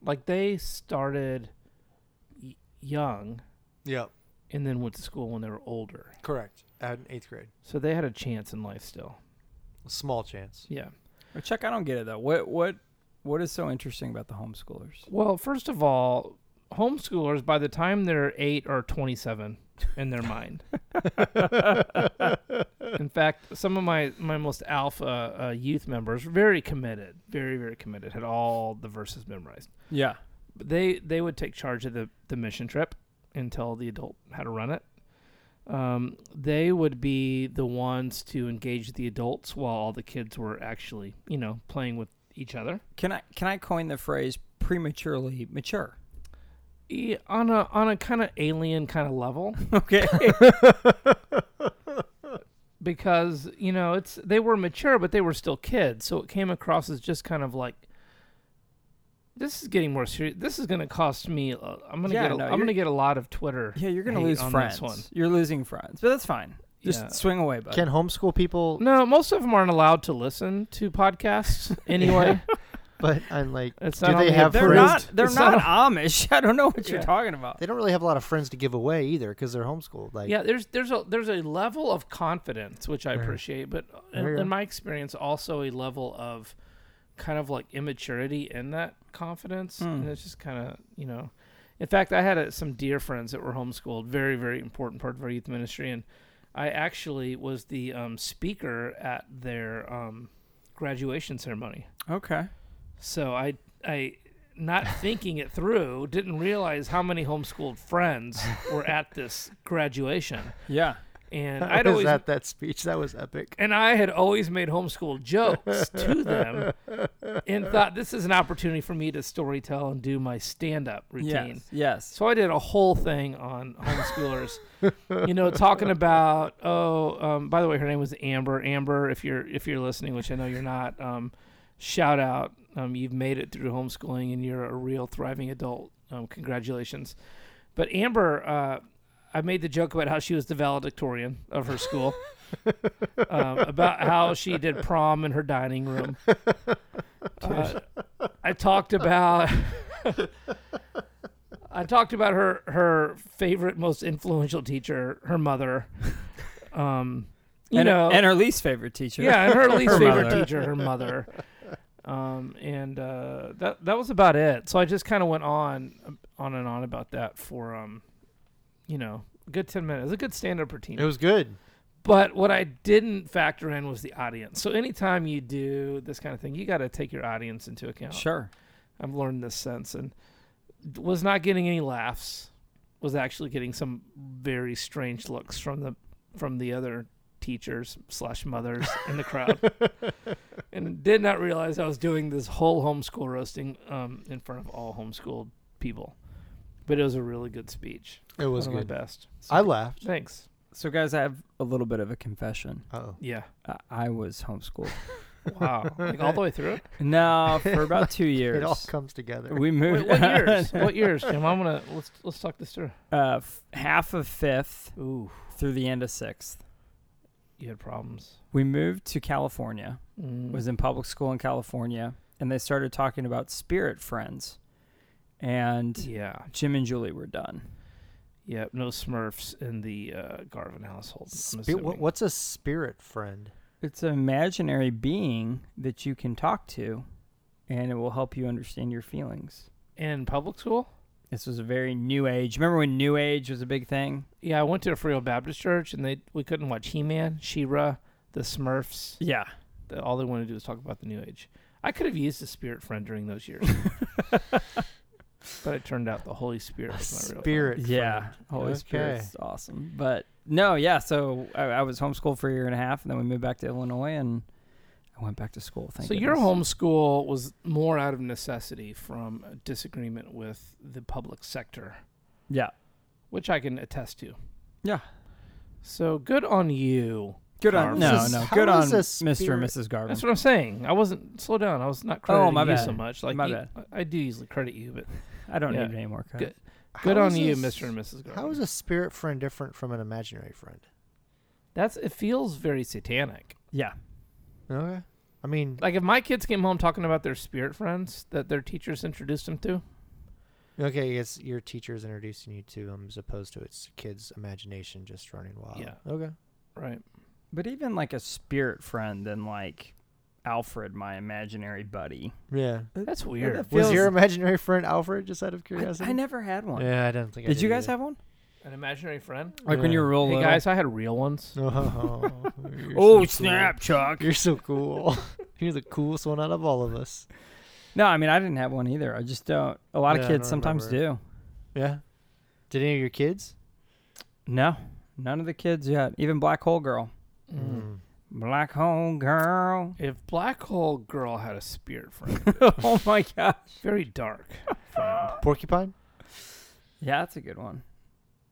Speaker 2: Like they started y- young
Speaker 3: Yep.
Speaker 2: and then went to school when they were older,
Speaker 3: Correct. At an eighth grade.
Speaker 2: so they had a chance in life still.
Speaker 3: A small chance.
Speaker 2: Yeah.
Speaker 4: Well, Chuck, I don't get it though. What what what is so interesting about the homeschoolers?
Speaker 2: Well, first of all, homeschoolers by the time they're eight are twenty-seven in their mind. in fact, some of my my most alpha uh, youth members, very committed, very very committed, had all the verses memorized.
Speaker 4: Yeah.
Speaker 2: But they they would take charge of the the mission trip and tell the adult how to run it. Um, they would be the ones to engage the adults while all the kids were actually, you know, playing with each other.
Speaker 4: Can I can I coin the phrase prematurely mature?
Speaker 2: E- on a on a kind of alien kind of level
Speaker 4: Okay.
Speaker 2: because you know it's they were mature but they were still kids, so it came across as just kind of like this is getting more serious. This is going to cost me. uh, I'm going to
Speaker 4: Yeah,
Speaker 2: get. A,
Speaker 4: no,
Speaker 2: I'm
Speaker 4: you're-
Speaker 2: going to get a lot of Twitter.
Speaker 4: Yeah, you're gonna
Speaker 2: hate
Speaker 4: lose
Speaker 2: on
Speaker 4: friends.
Speaker 2: This one.
Speaker 4: You're losing friends, but that's fine. Just
Speaker 2: Yeah.
Speaker 4: swing away, bud.
Speaker 3: Can homeschool people
Speaker 2: No, most of them aren't allowed to listen to podcasts anyway.
Speaker 3: but I'm like,
Speaker 2: It's
Speaker 3: do
Speaker 2: not
Speaker 3: they
Speaker 2: only a
Speaker 3: have
Speaker 4: They're
Speaker 2: Fruit.
Speaker 3: friends?
Speaker 4: not. They're
Speaker 2: It's
Speaker 4: not
Speaker 2: not-
Speaker 4: Amish. I don't know what you're
Speaker 2: Yeah.
Speaker 4: talking about.
Speaker 3: They don't really have a lot of friends to give away either because they're homeschooled. Like,
Speaker 2: yeah, there's there's a there's a level of confidence which I
Speaker 3: Yeah.
Speaker 2: appreciate, but in,
Speaker 3: There you
Speaker 2: in
Speaker 3: go.
Speaker 2: my experience, also a level of kind of like immaturity in that confidence, and
Speaker 4: Hmm.
Speaker 2: it's just kind of you know. In fact, I had a, some dear friends that were homeschooled, very very important part of our youth ministry, and I actually was the um, speaker at their um, graduation ceremony.
Speaker 4: Okay.
Speaker 2: So I I not thinking it through, didn't realize how many homeschooled friends were at this graduation.
Speaker 4: Yeah.
Speaker 2: And
Speaker 3: How
Speaker 2: I'd
Speaker 3: was
Speaker 2: always
Speaker 3: that that speech? That was epic.
Speaker 2: and I had always made homeschool jokes to them and thought this is an opportunity for me to storytell and do my stand up routine.
Speaker 4: Yes. Yes.
Speaker 2: So I did a whole thing on homeschoolers, you know, talking about oh, um, by the way, her name was Amber. Amber, if you're if you're listening, which I know you're not, um, shout out, um, you've made it through homeschooling and you're a real thriving adult. Um, congratulations. But Amber, uh, I made the joke about how she was the valedictorian of her school, um, about how she did prom in her dining room. Uh, I talked about. I talked about her her favorite, most influential teacher, her mother. Um, you
Speaker 4: and,
Speaker 2: know,
Speaker 4: and her least favorite teacher.
Speaker 2: yeah, and her least favorite
Speaker 4: mother.
Speaker 2: teacher, her mother. Um, and uh, that that was about it. So I just kind of went on on and on about that for um, you know, a good ten minutes. It was a good stand up routine.
Speaker 3: It was good.
Speaker 2: But what I didn't factor in was the audience. So anytime you do this kind of thing, you got to take your audience into account.
Speaker 4: Sure.
Speaker 2: I've learned this since and d- was not getting any laughs. Was actually getting some very strange looks from the from the other teachers slash mothers in the crowd, and did not realize I was doing this whole homeschool roasting um, in front of all homeschooled people. But it was a really good speech.
Speaker 3: It was
Speaker 2: One of
Speaker 3: good.
Speaker 2: my best.
Speaker 3: I laughed.
Speaker 2: Thanks.
Speaker 4: So, guys, I have a little bit of a confession.
Speaker 3: Oh,
Speaker 2: Yeah.
Speaker 4: I, I was homeschooled.
Speaker 2: Wow. like all the way through.
Speaker 4: no, for about two years.
Speaker 3: it all comes together.
Speaker 4: we moved.
Speaker 2: Wait, what years? What years, Jim? I'm gonna let's let's talk this through.
Speaker 4: Uh, f- half of fifth
Speaker 2: Ooh,
Speaker 4: through the end of sixth.
Speaker 2: you had problems.
Speaker 4: We moved to California.
Speaker 2: Mm.
Speaker 4: was in public school in California, and they started talking about spirit friends, and
Speaker 2: yeah.
Speaker 4: Jim and Julie were done.
Speaker 2: Yep, no Smurfs in the uh, Garvin household. I'm
Speaker 3: Spi- what,
Speaker 2: assuming.
Speaker 3: what's a spirit friend?
Speaker 4: It's an imaginary being that you can talk to, and it will help you understand your feelings.
Speaker 2: In public school?
Speaker 4: This was a very new age. Remember when new age was a big thing?
Speaker 2: Yeah, I went to a Free Will Baptist church, and they we couldn't watch He Man, She Ra, the Smurfs.
Speaker 4: Yeah.
Speaker 2: The, all they wanted to do was talk about the New Age. I could have used a spirit friend during those years, but it turned out the Holy Spirit was my real friend.
Speaker 3: Spirit.
Speaker 4: Yeah.
Speaker 3: friend.
Speaker 4: Holy
Speaker 3: Okay.
Speaker 4: Spirit's awesome. But no, yeah. So I, I was homeschooled for a year and a half, and then we moved back to Illinois, and I went back to school. Thank
Speaker 2: so your
Speaker 4: goodness.
Speaker 2: homeschool was more out of necessity from a disagreement with the public sector,
Speaker 4: Yeah.
Speaker 2: which I can attest to.
Speaker 4: Yeah.
Speaker 2: So good on you.
Speaker 4: Good
Speaker 2: Harm.
Speaker 4: on no
Speaker 2: This is-
Speaker 4: no.
Speaker 3: how
Speaker 4: Good on
Speaker 3: is a
Speaker 4: Mr. and
Speaker 3: spirit-
Speaker 4: Mrs. Garvin.
Speaker 2: That's what I'm saying. I wasn't slow down. I was not crediting
Speaker 4: Oh, my
Speaker 2: you
Speaker 4: bad.
Speaker 2: so much. Like
Speaker 4: My
Speaker 2: you-
Speaker 4: bad.
Speaker 2: I I do usually credit you, but
Speaker 4: I don't
Speaker 2: Yeah.
Speaker 4: need any more
Speaker 2: Good.
Speaker 4: credit.
Speaker 2: good
Speaker 3: How
Speaker 2: on
Speaker 3: is
Speaker 2: you,
Speaker 3: a s-
Speaker 2: Mr. and Mrs. Garvin.
Speaker 3: How is a spirit friend different from an imaginary friend?
Speaker 2: That's it feels very satanic.
Speaker 4: Yeah.
Speaker 3: Okay. I mean,
Speaker 2: Like if my kids came home talking about their spirit friends that their teachers introduced them to.
Speaker 3: okay, it's your teacher's introducing you to them as opposed to it's kids' imagination just running wild.
Speaker 2: Yeah.
Speaker 3: Okay.
Speaker 2: Right.
Speaker 4: But even like a spirit friend and like Alfred, my imaginary buddy.
Speaker 3: Yeah.
Speaker 2: That's weird.
Speaker 4: that
Speaker 3: Was
Speaker 4: Feels-
Speaker 3: your imaginary friend Alfred just out of
Speaker 4: I,
Speaker 3: curiosity?
Speaker 4: I never had one.
Speaker 3: Yeah, I don't think I
Speaker 4: Did you guys have one?
Speaker 2: An imaginary friend?
Speaker 4: Like when
Speaker 3: Yeah.
Speaker 4: you were real
Speaker 2: hey
Speaker 4: little.
Speaker 2: guys, I had real ones.
Speaker 3: Oh, you're so
Speaker 4: oh
Speaker 3: cool.
Speaker 4: snap, Chuck.
Speaker 3: You're so cool. you're the coolest one out of all of us.
Speaker 4: No, I mean I didn't have one either. I just don't. A lot
Speaker 3: Yeah,
Speaker 4: of
Speaker 3: I
Speaker 4: kids
Speaker 3: don't
Speaker 4: sometimes
Speaker 3: Yeah. Did any of your kids?
Speaker 4: do. No, none of the kids yet. Even Black Hole Girl.
Speaker 2: Mm.
Speaker 4: Black Hole Girl.
Speaker 2: If Black Hole Girl had a spirit friend,
Speaker 4: oh my gosh.
Speaker 2: very dark friend.
Speaker 3: Porcupine?
Speaker 4: Yeah, that's a good one.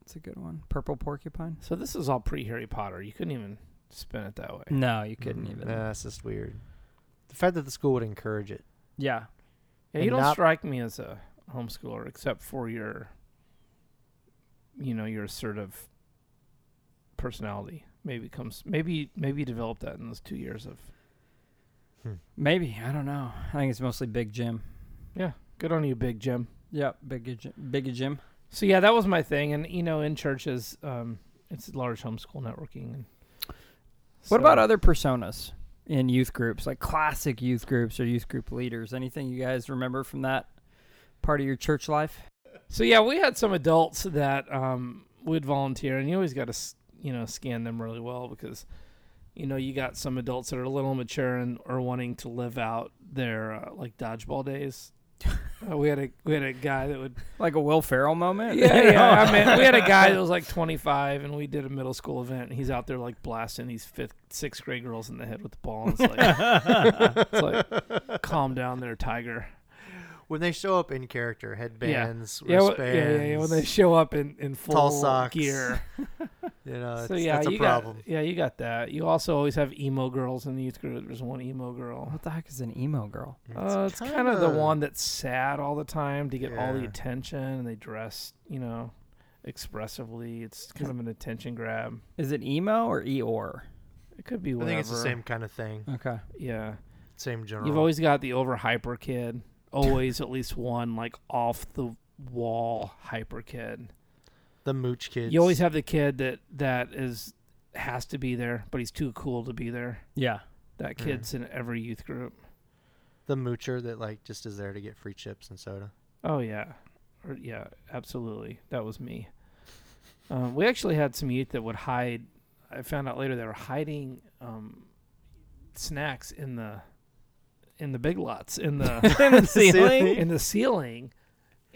Speaker 4: That's a good one. Purple porcupine.
Speaker 2: So this is all pre Harry Potter. You couldn't even spin it that way.
Speaker 4: No, you couldn't
Speaker 3: Mm,
Speaker 4: even.
Speaker 3: Nah, that's just weird. The fact that the school would encourage it.
Speaker 4: yeah.
Speaker 2: Yeah, you
Speaker 3: and
Speaker 2: don't
Speaker 3: not-
Speaker 2: strike me as a homeschooler, except for your, you know, your assertive personality. Maybe comes, maybe, maybe you developed that in those two years of
Speaker 4: Maybe I don't know. I think it's mostly Big Jim.
Speaker 2: Good on you, Big Jim.
Speaker 4: Yeah, Big Jim. Big Jim.
Speaker 2: So yeah, that was my thing, and you know, in churches, um, it's large homeschool networking. And
Speaker 4: What about
Speaker 2: so-
Speaker 4: other personas in youth groups, like classic youth groups or youth group leaders? Anything you guys remember from that part of your church life?
Speaker 2: So yeah, we had some adults that um, would volunteer, and you always got to you know scan them really well because you know you got some adults that are a little mature and are wanting to live out their uh, like dodgeball days. Uh, we had a we had a guy that would
Speaker 4: Like a Will Ferrell moment?
Speaker 2: yeah
Speaker 4: You know?
Speaker 2: yeah I mean we had a guy that was like 25 and we did a middle school event and he's out there like blasting these fifth sixth grade girls in the head with the ball and it's like it's like calm down there tiger
Speaker 3: when they show up in character, headbands,
Speaker 2: yeah, wh- yeah
Speaker 3: wristbands,
Speaker 2: yeah yeah when they show up in in full
Speaker 3: Tall socks.
Speaker 2: gear
Speaker 3: you know,
Speaker 2: so
Speaker 3: Uh, it's-
Speaker 2: yeah,
Speaker 3: that's a
Speaker 2: you
Speaker 3: problem.
Speaker 2: got yeah, you got that. You also always have emo girls in the youth group. There's one emo girl.
Speaker 4: What the heck is an emo girl?
Speaker 2: Uh, it's kind of the one that's sad all the time to get all the
Speaker 3: Yeah.
Speaker 2: attention, and they dress, you know, expressively. It's kind of an attention grab.
Speaker 4: Is it emo or Eeyore?
Speaker 2: It could be
Speaker 3: I
Speaker 2: whatever.
Speaker 3: think it's the same kind of thing.
Speaker 4: Okay.
Speaker 2: Yeah,
Speaker 3: Same general.
Speaker 2: Uh, you've always got the over hyper kid. Always at least one like off the wall hyper kid.
Speaker 3: the mooch kids.
Speaker 2: You always have the kid that that is has to be there, but he's too cool to be there.
Speaker 4: Yeah.
Speaker 2: That
Speaker 3: Mm.
Speaker 2: kid's in every youth group.
Speaker 3: the moocher that like just is there to get free chips and soda.
Speaker 2: Oh yeah, or, yeah, absolutely. That was me. Um, we actually had some youth that would hide. I found out later they were hiding um, snacks in the in the big lots in the
Speaker 4: In the ceiling?
Speaker 2: in the ceiling.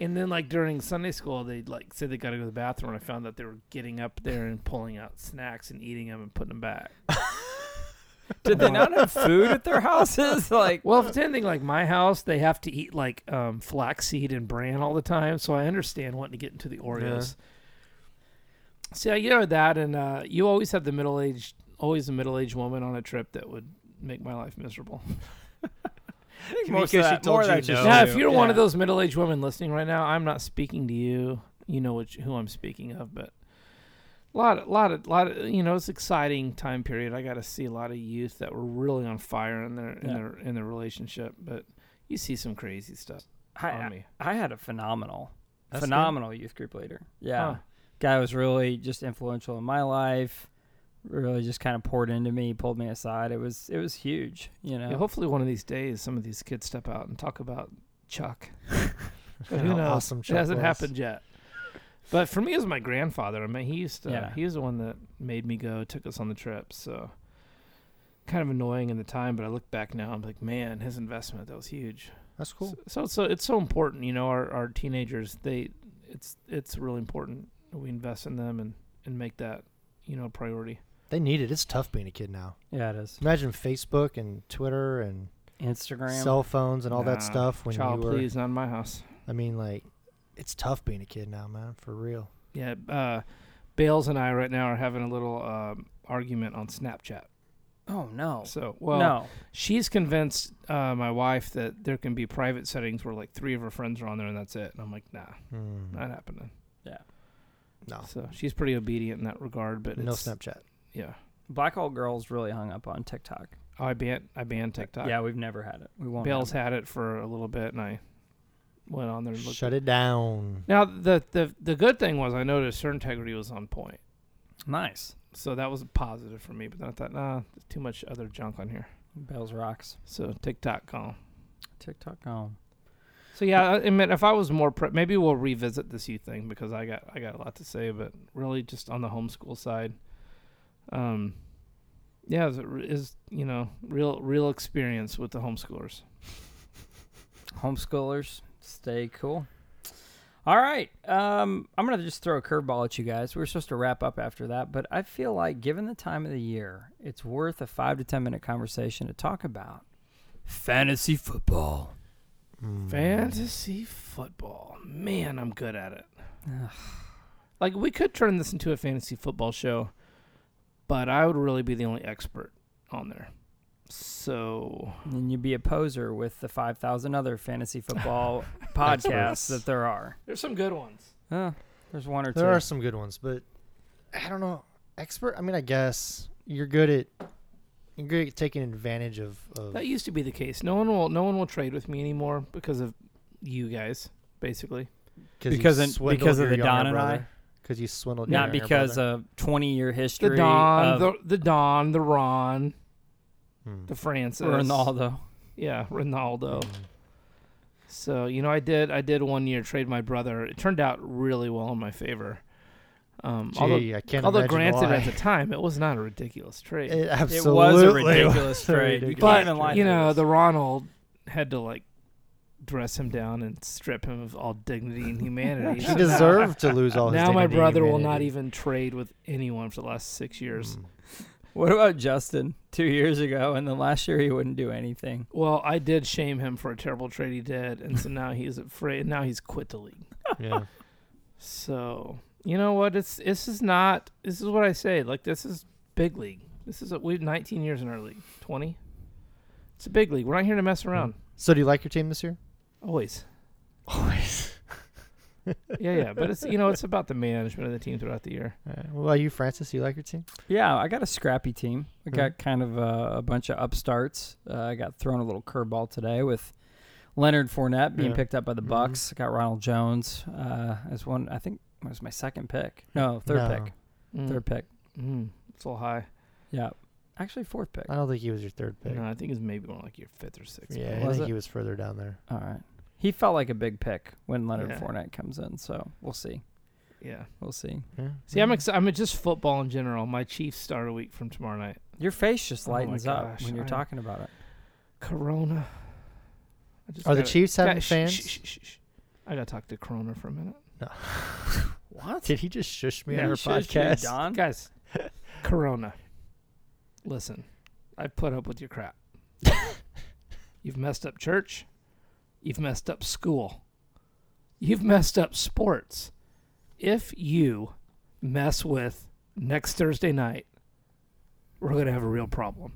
Speaker 2: And then, like during Sunday school, they would like said they got to go to the bathroom, and I found that they were getting up there and pulling out snacks and eating them and putting them back.
Speaker 4: Did they not have food at their houses? Like,
Speaker 2: Well, if it's anything like my house, they have to eat like um, flaxseed and bran all the time, so I understand wanting to get into the Oreos. So yeah, you know that, and uh, you always have the middle aged, always the middle aged woman on a trip that would make my life miserable.
Speaker 4: I think
Speaker 3: Because
Speaker 4: most of
Speaker 3: she
Speaker 4: that,
Speaker 3: told
Speaker 4: more of
Speaker 3: you
Speaker 4: that's just
Speaker 3: no.
Speaker 2: now,
Speaker 4: you.
Speaker 2: if you're one of
Speaker 4: Oh, Yeah.
Speaker 2: those middle aged women listening right now, I'm not speaking to you. You know which who I'm speaking of, but a lot, a lot, a lot. Of, you know, it's exciting time period. I got to see a lot of youth that were really on fire in their in
Speaker 4: Yeah.
Speaker 2: their in their relationship, but you see some crazy stuff on
Speaker 4: I,
Speaker 2: me.
Speaker 4: I had a phenomenal,
Speaker 3: That's good.
Speaker 4: phenomenal youth group leader. Yeah.
Speaker 2: Huh.
Speaker 4: guy was really just influential in my life. Really, just kind of poured into me, pulled me aside. It was it was huge, you know.
Speaker 2: Yeah, hopefully, one of these days, some of these kids step out and talk about Chuck. But
Speaker 3: And
Speaker 2: who
Speaker 3: how
Speaker 2: knows?
Speaker 3: awesome
Speaker 2: it
Speaker 3: Chuck
Speaker 2: hasn't
Speaker 3: was.
Speaker 2: happened yet. But for me, it was my grandfather. I mean, he used to.
Speaker 4: Yeah.
Speaker 2: He was the one that made me go, took us on the trip. So kind of annoying in the time, but I look back now, I'm like, man, his investment that was huge.
Speaker 3: That's cool.
Speaker 2: So, so so it's so important, you know. Our our teenagers, they, it's it's really important that we invest in them and and make that, you know, a priority.
Speaker 3: They need it. It's tough being a kid now.
Speaker 4: yeah, it is.
Speaker 3: Imagine Facebook and Twitter and
Speaker 4: Instagram.
Speaker 3: cell phones and all
Speaker 2: Nah,
Speaker 3: that stuff when
Speaker 2: Child,
Speaker 3: you were.
Speaker 2: please, not in my house.
Speaker 3: I mean, like, it's tough being a kid now, man. For real.
Speaker 2: Yeah, uh, Bales and I right now are having a little um, argument on Snapchat.
Speaker 4: oh no,
Speaker 2: So, well,
Speaker 4: no.
Speaker 2: she's convinced uh, my wife that there can be private settings where like three of her friends are on there and that's it. And I'm like, nah,
Speaker 3: Hmm.
Speaker 2: not happening.
Speaker 3: No,
Speaker 2: So she's pretty obedient in that regard, but
Speaker 3: no
Speaker 2: it's,
Speaker 3: Snapchat.
Speaker 2: Yeah,
Speaker 4: Black hole girls really hung up on TikTok.
Speaker 2: oh, I ban I banned TikTok.
Speaker 4: Yeah, we've never had it. We won't.
Speaker 2: Bales
Speaker 4: have
Speaker 2: had it for a little bit, and I went on there and looked.
Speaker 3: Shut it down.
Speaker 2: Now the the the good thing was I noticed her integrity was on point,
Speaker 4: it. Nice.
Speaker 2: so that was a positive for me. But then I thought, nah, there's too much other junk on here.
Speaker 4: Bales rocks.
Speaker 2: So TikTok gone.
Speaker 4: TikTok Oh. gone.
Speaker 2: So yeah, I I mean, if I was more prep, maybe we'll revisit this youth thing because I got I got a lot to say, but really just on the homeschool side, um, yeah, is, is you know real real experience with the homeschoolers.
Speaker 4: Homeschoolers, stay cool. All right. Um, I'm going to just throw a curveball at you guys. We were supposed to wrap up after that, but I feel like given the time of the year, it's worth a five to 10 minute conversation to talk about fantasy football.
Speaker 3: Mm.
Speaker 2: Fantasy football, man, I'm good at it.
Speaker 4: Ugh.
Speaker 2: Like we could turn this into a fantasy football show, but I would really be the only expert on there. So
Speaker 4: And you'd be a poser with the 5,000 other fantasy football podcasts that there are.
Speaker 2: there's some good ones.
Speaker 4: Uh, there's one or two.
Speaker 3: There are some good ones, but I don't know. Expert. I mean, I guess you're good at You're taking advantage of, of
Speaker 2: That used to be the case. No one will no one will trade with me anymore because of you guys, basically.
Speaker 3: cause you
Speaker 4: Because in-
Speaker 3: swindled
Speaker 4: because of the
Speaker 3: your younger
Speaker 4: Don and I?
Speaker 3: brother. Because you swindled your
Speaker 4: Not
Speaker 3: younger
Speaker 4: because
Speaker 3: brother.
Speaker 4: of 20 year history
Speaker 2: The Don,
Speaker 4: of
Speaker 2: the, the Don, the Ron,
Speaker 3: Hmm.
Speaker 2: the Francis,
Speaker 4: Ronaldo.
Speaker 2: Yeah, Ronaldo.
Speaker 3: Hmm.
Speaker 2: So you know, I did I did one year trade my brother. It turned out really well in my favor. Um,
Speaker 3: Gee,
Speaker 2: although
Speaker 3: I can't
Speaker 2: although
Speaker 3: imagine
Speaker 2: granted
Speaker 3: why.
Speaker 2: at the time it was not a ridiculous trade.
Speaker 3: It
Speaker 4: It
Speaker 3: absolutely
Speaker 4: was a ridiculous
Speaker 3: a
Speaker 4: trade. You
Speaker 3: ridiculous
Speaker 4: can't
Speaker 2: but
Speaker 4: even lie.
Speaker 2: you
Speaker 4: to
Speaker 2: know
Speaker 4: us.
Speaker 2: the Ronald had to like dress him down and strip him of all dignity and humanity.
Speaker 3: He
Speaker 2: So now-
Speaker 3: deserved to lose all his
Speaker 2: now my
Speaker 3: dignity and
Speaker 2: brother will not
Speaker 3: humanity.
Speaker 2: even trade with anyone for the last six years.
Speaker 3: Mm.
Speaker 4: What about Justin? Two years ago, and then last year he wouldn't do anything.
Speaker 2: Well, I did shame him for a terrible trade he did, and so now he's afraid. Now he's quit the league.
Speaker 3: Mm. Yeah.
Speaker 2: So you know what? It's this is not. This is what I say. Like this is big league. This is a, we've 19 years in our league. 20. It's a big league. We're not here to mess around.
Speaker 3: So do you like your team this year?
Speaker 2: Always.
Speaker 3: Mm. Always.
Speaker 2: Yeah, yeah. But it's you know it's about the management of the team throughout the year.
Speaker 3: Uh, What about you, Francis? Do you like your team?
Speaker 4: Yeah, I got a scrappy team. I
Speaker 2: Mm-hmm.
Speaker 4: got kind of uh, a, a bunch of upstarts. Uh, I got thrown a little curveball today with Leonard Fournette being
Speaker 3: Yeah.
Speaker 4: picked up by the
Speaker 2: Mm-hmm.
Speaker 3: Mhm.
Speaker 4: Bucks. I got Ronald Jones uh, as one. I think it was my second pick. No, third
Speaker 3: No,
Speaker 4: pick.
Speaker 2: Mm,
Speaker 4: Third pick.
Speaker 2: mm, it's a little high.
Speaker 4: Yeah, actually fourth pick.
Speaker 3: I
Speaker 2: Uh.
Speaker 3: don't think he was your third pick.
Speaker 2: No, I think it's maybe more like your fifth or sixth.
Speaker 3: yeah, I
Speaker 4: was
Speaker 3: think
Speaker 4: it?
Speaker 3: he was further down there.
Speaker 4: All right. He felt like a big pick when Leonard
Speaker 2: Yeah.
Speaker 4: Fournette comes in, so we'll see.
Speaker 2: Yeah.
Speaker 4: We'll see.
Speaker 3: Yeah.
Speaker 2: See, I'm ex- I'm just football in general. My Chiefs start a week from tomorrow night.
Speaker 4: Your face just
Speaker 2: Oh my
Speaker 4: lightens up
Speaker 2: gosh,
Speaker 4: when you're
Speaker 2: I-
Speaker 4: talking about it.
Speaker 2: Corona. I just
Speaker 3: Are the
Speaker 2: gotta-
Speaker 3: Chiefs having
Speaker 2: Guys, shh,
Speaker 3: fans?
Speaker 2: shh, shh, shh, shh. I gotta talk to Corona for a minute,
Speaker 3: No.
Speaker 4: What?
Speaker 3: Did he just shush me on
Speaker 4: You
Speaker 3: our
Speaker 4: sure it's
Speaker 3: podcast?
Speaker 4: you, Don?
Speaker 2: guys. Corona. Listen, I've put up with your crap. You've messed up church. You've messed up school. You've messed up sports. If you mess with next Thursday night, we're gonna have a real problem.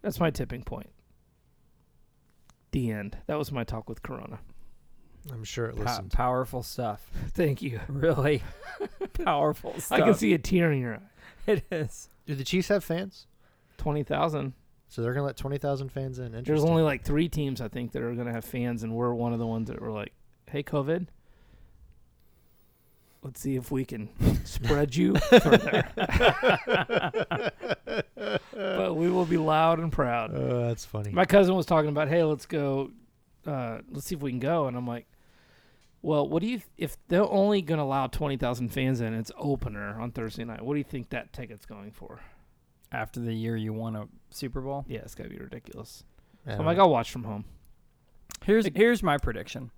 Speaker 2: That's my tipping point. The end. That was my talk with Corona.
Speaker 3: I'm sure it
Speaker 4: Po-
Speaker 3: listened.
Speaker 4: powerful stuff.
Speaker 2: Thank you.
Speaker 4: Really powerful stuff.
Speaker 2: I can see a tear in your eye.
Speaker 4: it is.
Speaker 3: Do the Chiefs have fans?
Speaker 2: Twenty thousand.
Speaker 3: So they're gonna let twenty thousand fans in. Interesting.
Speaker 2: There's only like three teams I think that are gonna have fans, and we're one of the ones that were like, "Hey, COVID, let's see if we can spread you further." but we will be loud and proud.
Speaker 3: Oh, that's funny.
Speaker 2: My cousin was talking about, "Hey, let's go. Uh, let's see if we can go." And I'm like, "Well, what do you if they're only gonna allow twenty thousand fans in? It's opener on Thursday night. What do you think that ticket's going for?"
Speaker 4: After the year you won a Super Bowl.
Speaker 2: Yeah, it's gotta be ridiculous. So
Speaker 3: I don't
Speaker 2: I'm like,
Speaker 3: know.
Speaker 2: "I'll watch from home."
Speaker 4: Here's
Speaker 2: Like-
Speaker 4: here's my prediction.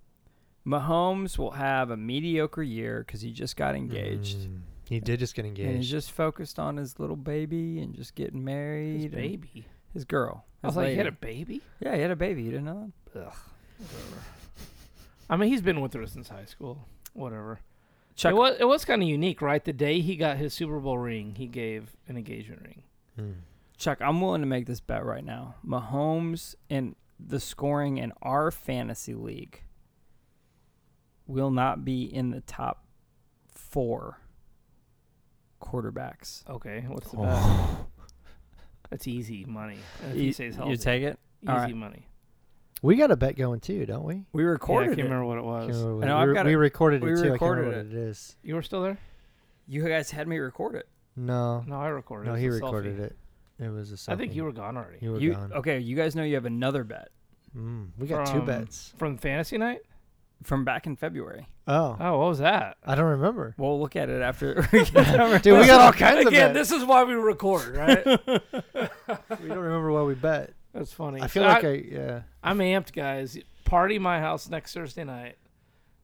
Speaker 4: Mahomes will have a mediocre year because he just got engaged.
Speaker 3: Mm. He did just get
Speaker 4: And he's
Speaker 3: engaged.
Speaker 4: just focused on his little baby and just getting married.
Speaker 2: His
Speaker 4: and
Speaker 2: baby.
Speaker 4: His girl.
Speaker 2: I was
Speaker 4: his
Speaker 2: like, "You had a
Speaker 4: lady.
Speaker 2: baby."
Speaker 4: Yeah, he had a baby. You didn't know that?
Speaker 2: I mean, he's been with her since high school. Whatever.
Speaker 4: Chuck,
Speaker 2: It was it was kind of unique, right? The day he got his Super Bowl ring, he gave an engagement ring.
Speaker 3: Mm.
Speaker 4: Chuck, I'm willing to make this bet right now. Mahomes and the scoring in our fantasy league will not be in the top four quarterbacks.
Speaker 2: Okay, what's the bet?
Speaker 3: Oh.
Speaker 2: That's easy money. And If
Speaker 4: You-
Speaker 2: he stays healthy,
Speaker 4: you take it?
Speaker 2: easy
Speaker 4: all right.
Speaker 2: money.
Speaker 3: We got a bet going too, don't we?
Speaker 4: We
Speaker 2: Yeah, I
Speaker 4: recorded
Speaker 2: can't
Speaker 4: it.
Speaker 2: remember what it
Speaker 3: I
Speaker 2: was.
Speaker 3: know
Speaker 4: I know, I've
Speaker 3: we,
Speaker 4: got
Speaker 3: we
Speaker 4: it.
Speaker 3: recorded
Speaker 4: we
Speaker 3: it too.
Speaker 4: recorded
Speaker 3: I can't remember what it is.
Speaker 2: You were still there?
Speaker 4: You guys had me record it.
Speaker 3: No,
Speaker 2: No, I recorded.
Speaker 3: no,
Speaker 2: it.
Speaker 3: he
Speaker 2: It's a selfie.
Speaker 3: recorded it. It was a. Selfie.
Speaker 2: I think you were gone already
Speaker 3: You were
Speaker 4: You-
Speaker 3: gone.
Speaker 4: okay, you guys know you have another bet
Speaker 3: Mm, we got two
Speaker 2: From-
Speaker 3: bets.
Speaker 2: from fantasy night.
Speaker 4: from back in February.
Speaker 3: Oh,
Speaker 2: Oh, what was that?
Speaker 3: I don't remember.
Speaker 4: We'll look at it after. we
Speaker 3: Dude, we got all kinds of
Speaker 2: Again,
Speaker 3: bets.
Speaker 2: this is why we record, right?
Speaker 3: we don't remember what we bet.
Speaker 2: That's funny.
Speaker 3: I feel
Speaker 2: So
Speaker 3: like I, yeah,
Speaker 2: I'm amped, guys. Party my house next Thursday night.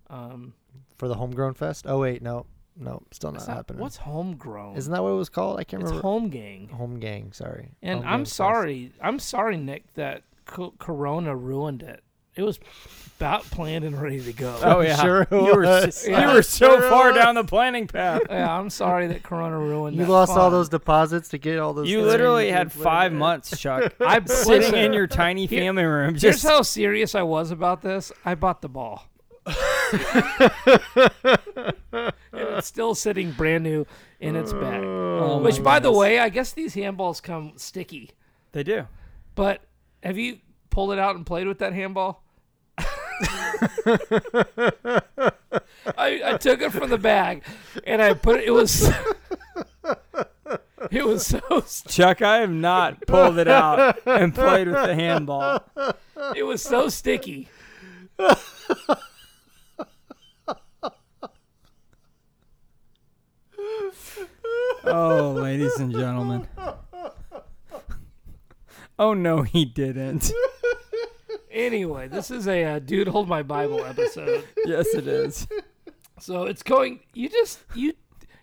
Speaker 2: Um,
Speaker 3: for the homegrown fest. Oh wait, no, no, still not
Speaker 2: it's not-
Speaker 3: happening.
Speaker 2: what's homegrown?
Speaker 3: Isn't that what it was called? I can't
Speaker 2: it's
Speaker 3: remember.
Speaker 2: home gang.
Speaker 3: Home gang. Sorry.
Speaker 2: And
Speaker 3: Home gang
Speaker 2: I'm
Speaker 3: fest.
Speaker 2: sorry. I'm sorry, Nick, that co- Corona ruined it. It was about planned and ready to go.
Speaker 4: oh yeah,
Speaker 3: Sure it
Speaker 4: you were,
Speaker 3: was.
Speaker 4: s- you
Speaker 2: Yeah.
Speaker 4: were so
Speaker 3: Sure it
Speaker 4: far
Speaker 3: was.
Speaker 4: down the planning path.
Speaker 2: yeah, I'm sorry that Corona ruined.
Speaker 3: You
Speaker 2: that
Speaker 3: lost all
Speaker 2: fun.
Speaker 3: those deposits to get all those.
Speaker 4: You
Speaker 3: things.
Speaker 4: literally
Speaker 3: You
Speaker 4: had
Speaker 3: literally-
Speaker 4: five months, Chuck,
Speaker 2: I
Speaker 4: sitting in
Speaker 2: listen,
Speaker 4: your tiny
Speaker 2: Here-
Speaker 4: family room.
Speaker 2: Here's
Speaker 4: Just
Speaker 2: how serious I was about this. I bought the ball. and it's still sitting brand new in its bag.
Speaker 4: Oh my
Speaker 2: Which, by the
Speaker 4: goodness.
Speaker 2: way, I guess these handballs come sticky.
Speaker 4: they do.
Speaker 2: But have you pulled it out and played with that handball? I, I took it from the bag and I put it. It was it was so st-
Speaker 4: Chuck, I have not pulled it out and played with the handball.
Speaker 2: it was so sticky.
Speaker 4: Oh, ladies and gentlemen. Oh no, he didn't.
Speaker 2: Anyway, this is a uh, dude hold my Bible episode.
Speaker 4: Yes, it is.
Speaker 2: So it's going. You just you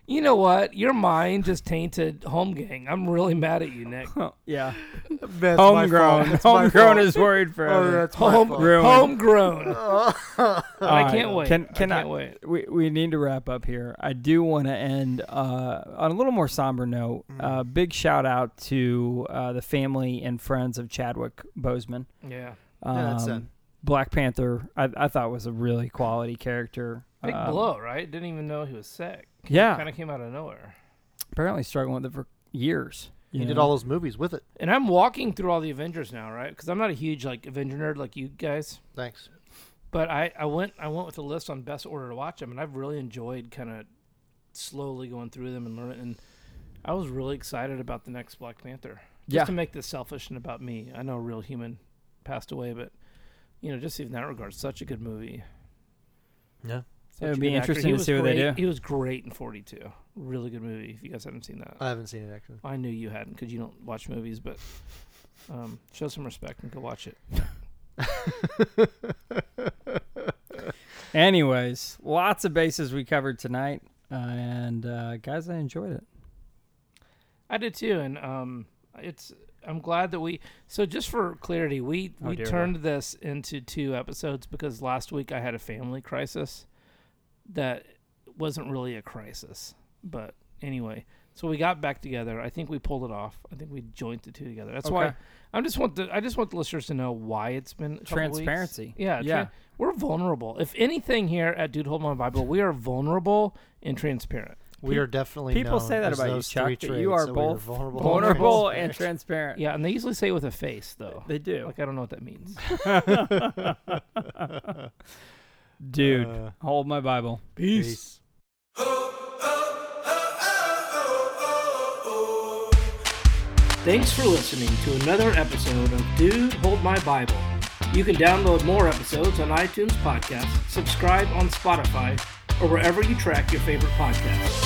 Speaker 2: you know what? Your mind just tainted home gang. I'm really mad at you, Nick.
Speaker 4: Oh, yeah,
Speaker 3: That's
Speaker 4: homegrown. Homegrown is worried
Speaker 3: Oh,
Speaker 4: forever.
Speaker 3: that's my
Speaker 2: Home
Speaker 3: fault.
Speaker 4: Ruined.
Speaker 2: homegrown.
Speaker 4: All
Speaker 2: I
Speaker 4: right.
Speaker 2: can't wait.
Speaker 4: Can,
Speaker 2: I
Speaker 4: can
Speaker 2: can't wait.
Speaker 4: We, we need to wrap up here. I do want to end uh, on a little more somber note.
Speaker 3: Mm.
Speaker 4: Uh, big shout out to uh, the family and friends of Chadwick Boseman.
Speaker 2: Yeah.
Speaker 4: Um,
Speaker 3: Yeah, that's it.
Speaker 4: Black Panther, I, I thought was a really quality character.
Speaker 2: Big
Speaker 4: Um,
Speaker 2: blow, right? Didn't even know he was sick.
Speaker 4: Yeah.
Speaker 2: Kind of came out of nowhere.
Speaker 4: Apparently struggling with it for years.
Speaker 3: He
Speaker 4: you
Speaker 3: did
Speaker 4: know?
Speaker 3: all those movies with it.
Speaker 2: And I'm walking through all the Avengers now, right? Because I'm not a huge like Avenger nerd like you guys.
Speaker 3: Thanks.
Speaker 2: But I, I went I went with the list on best order to watch them, and I've really enjoyed kind of slowly going through them and learning. And I was really excited about the next Black Panther. Just
Speaker 4: Yeah.
Speaker 2: to make this selfish and about me. I know a real human passed away, but you know, just even that regard, such a good movie.
Speaker 3: Yeah.
Speaker 2: Such
Speaker 4: It would
Speaker 2: a
Speaker 4: be
Speaker 2: good actor.
Speaker 4: interesting
Speaker 2: He
Speaker 4: to
Speaker 2: was
Speaker 4: see what they
Speaker 2: great-
Speaker 4: do.
Speaker 2: He was great in 42. Really good movie. If you guys haven't seen that,
Speaker 3: I haven't seen it actually.
Speaker 2: I knew you hadn't because you don't watch movies, but um, show some respect and go watch it.
Speaker 4: Anyways, lots of bases we covered tonight. Uh, and uh, guys, I enjoyed it.
Speaker 2: I did too, and um, it's I'm glad that we. So just for clarity, we
Speaker 4: Oh,
Speaker 2: we
Speaker 4: dear.
Speaker 2: turned this into two episodes because last week I had a family crisis that wasn't really a crisis, but anyway. So we got back together. I think we pulled it off. I think we joined the two together. That's why
Speaker 4: Okay.
Speaker 2: I just want the I just want the listeners to know why it's been a couple weeks.
Speaker 4: Transparency.
Speaker 2: Yeah,
Speaker 4: Yeah.
Speaker 2: tran- we're vulnerable. If anything here at Dude Hold My Bible, we are vulnerable and transparent.
Speaker 3: We
Speaker 4: Pe-
Speaker 3: are definitely
Speaker 4: People
Speaker 3: known
Speaker 4: say that
Speaker 3: as
Speaker 4: about you,
Speaker 3: those
Speaker 4: Chuck.
Speaker 3: three
Speaker 4: That you are
Speaker 3: traits, that we
Speaker 4: both
Speaker 3: vulnerable,
Speaker 4: vulnerable
Speaker 3: transparent.
Speaker 4: and transparent.
Speaker 2: Yeah, and they usually say it with a face though.
Speaker 4: They do.
Speaker 2: Like I don't know what that means.
Speaker 4: Dude,
Speaker 3: Uh,
Speaker 4: hold my Bible.
Speaker 3: peace.
Speaker 1: Thanks for listening to another episode of Dude Hold My Bible. You can download more episodes on iTunes Podcasts, subscribe on Spotify, or wherever you track your favorite podcasts.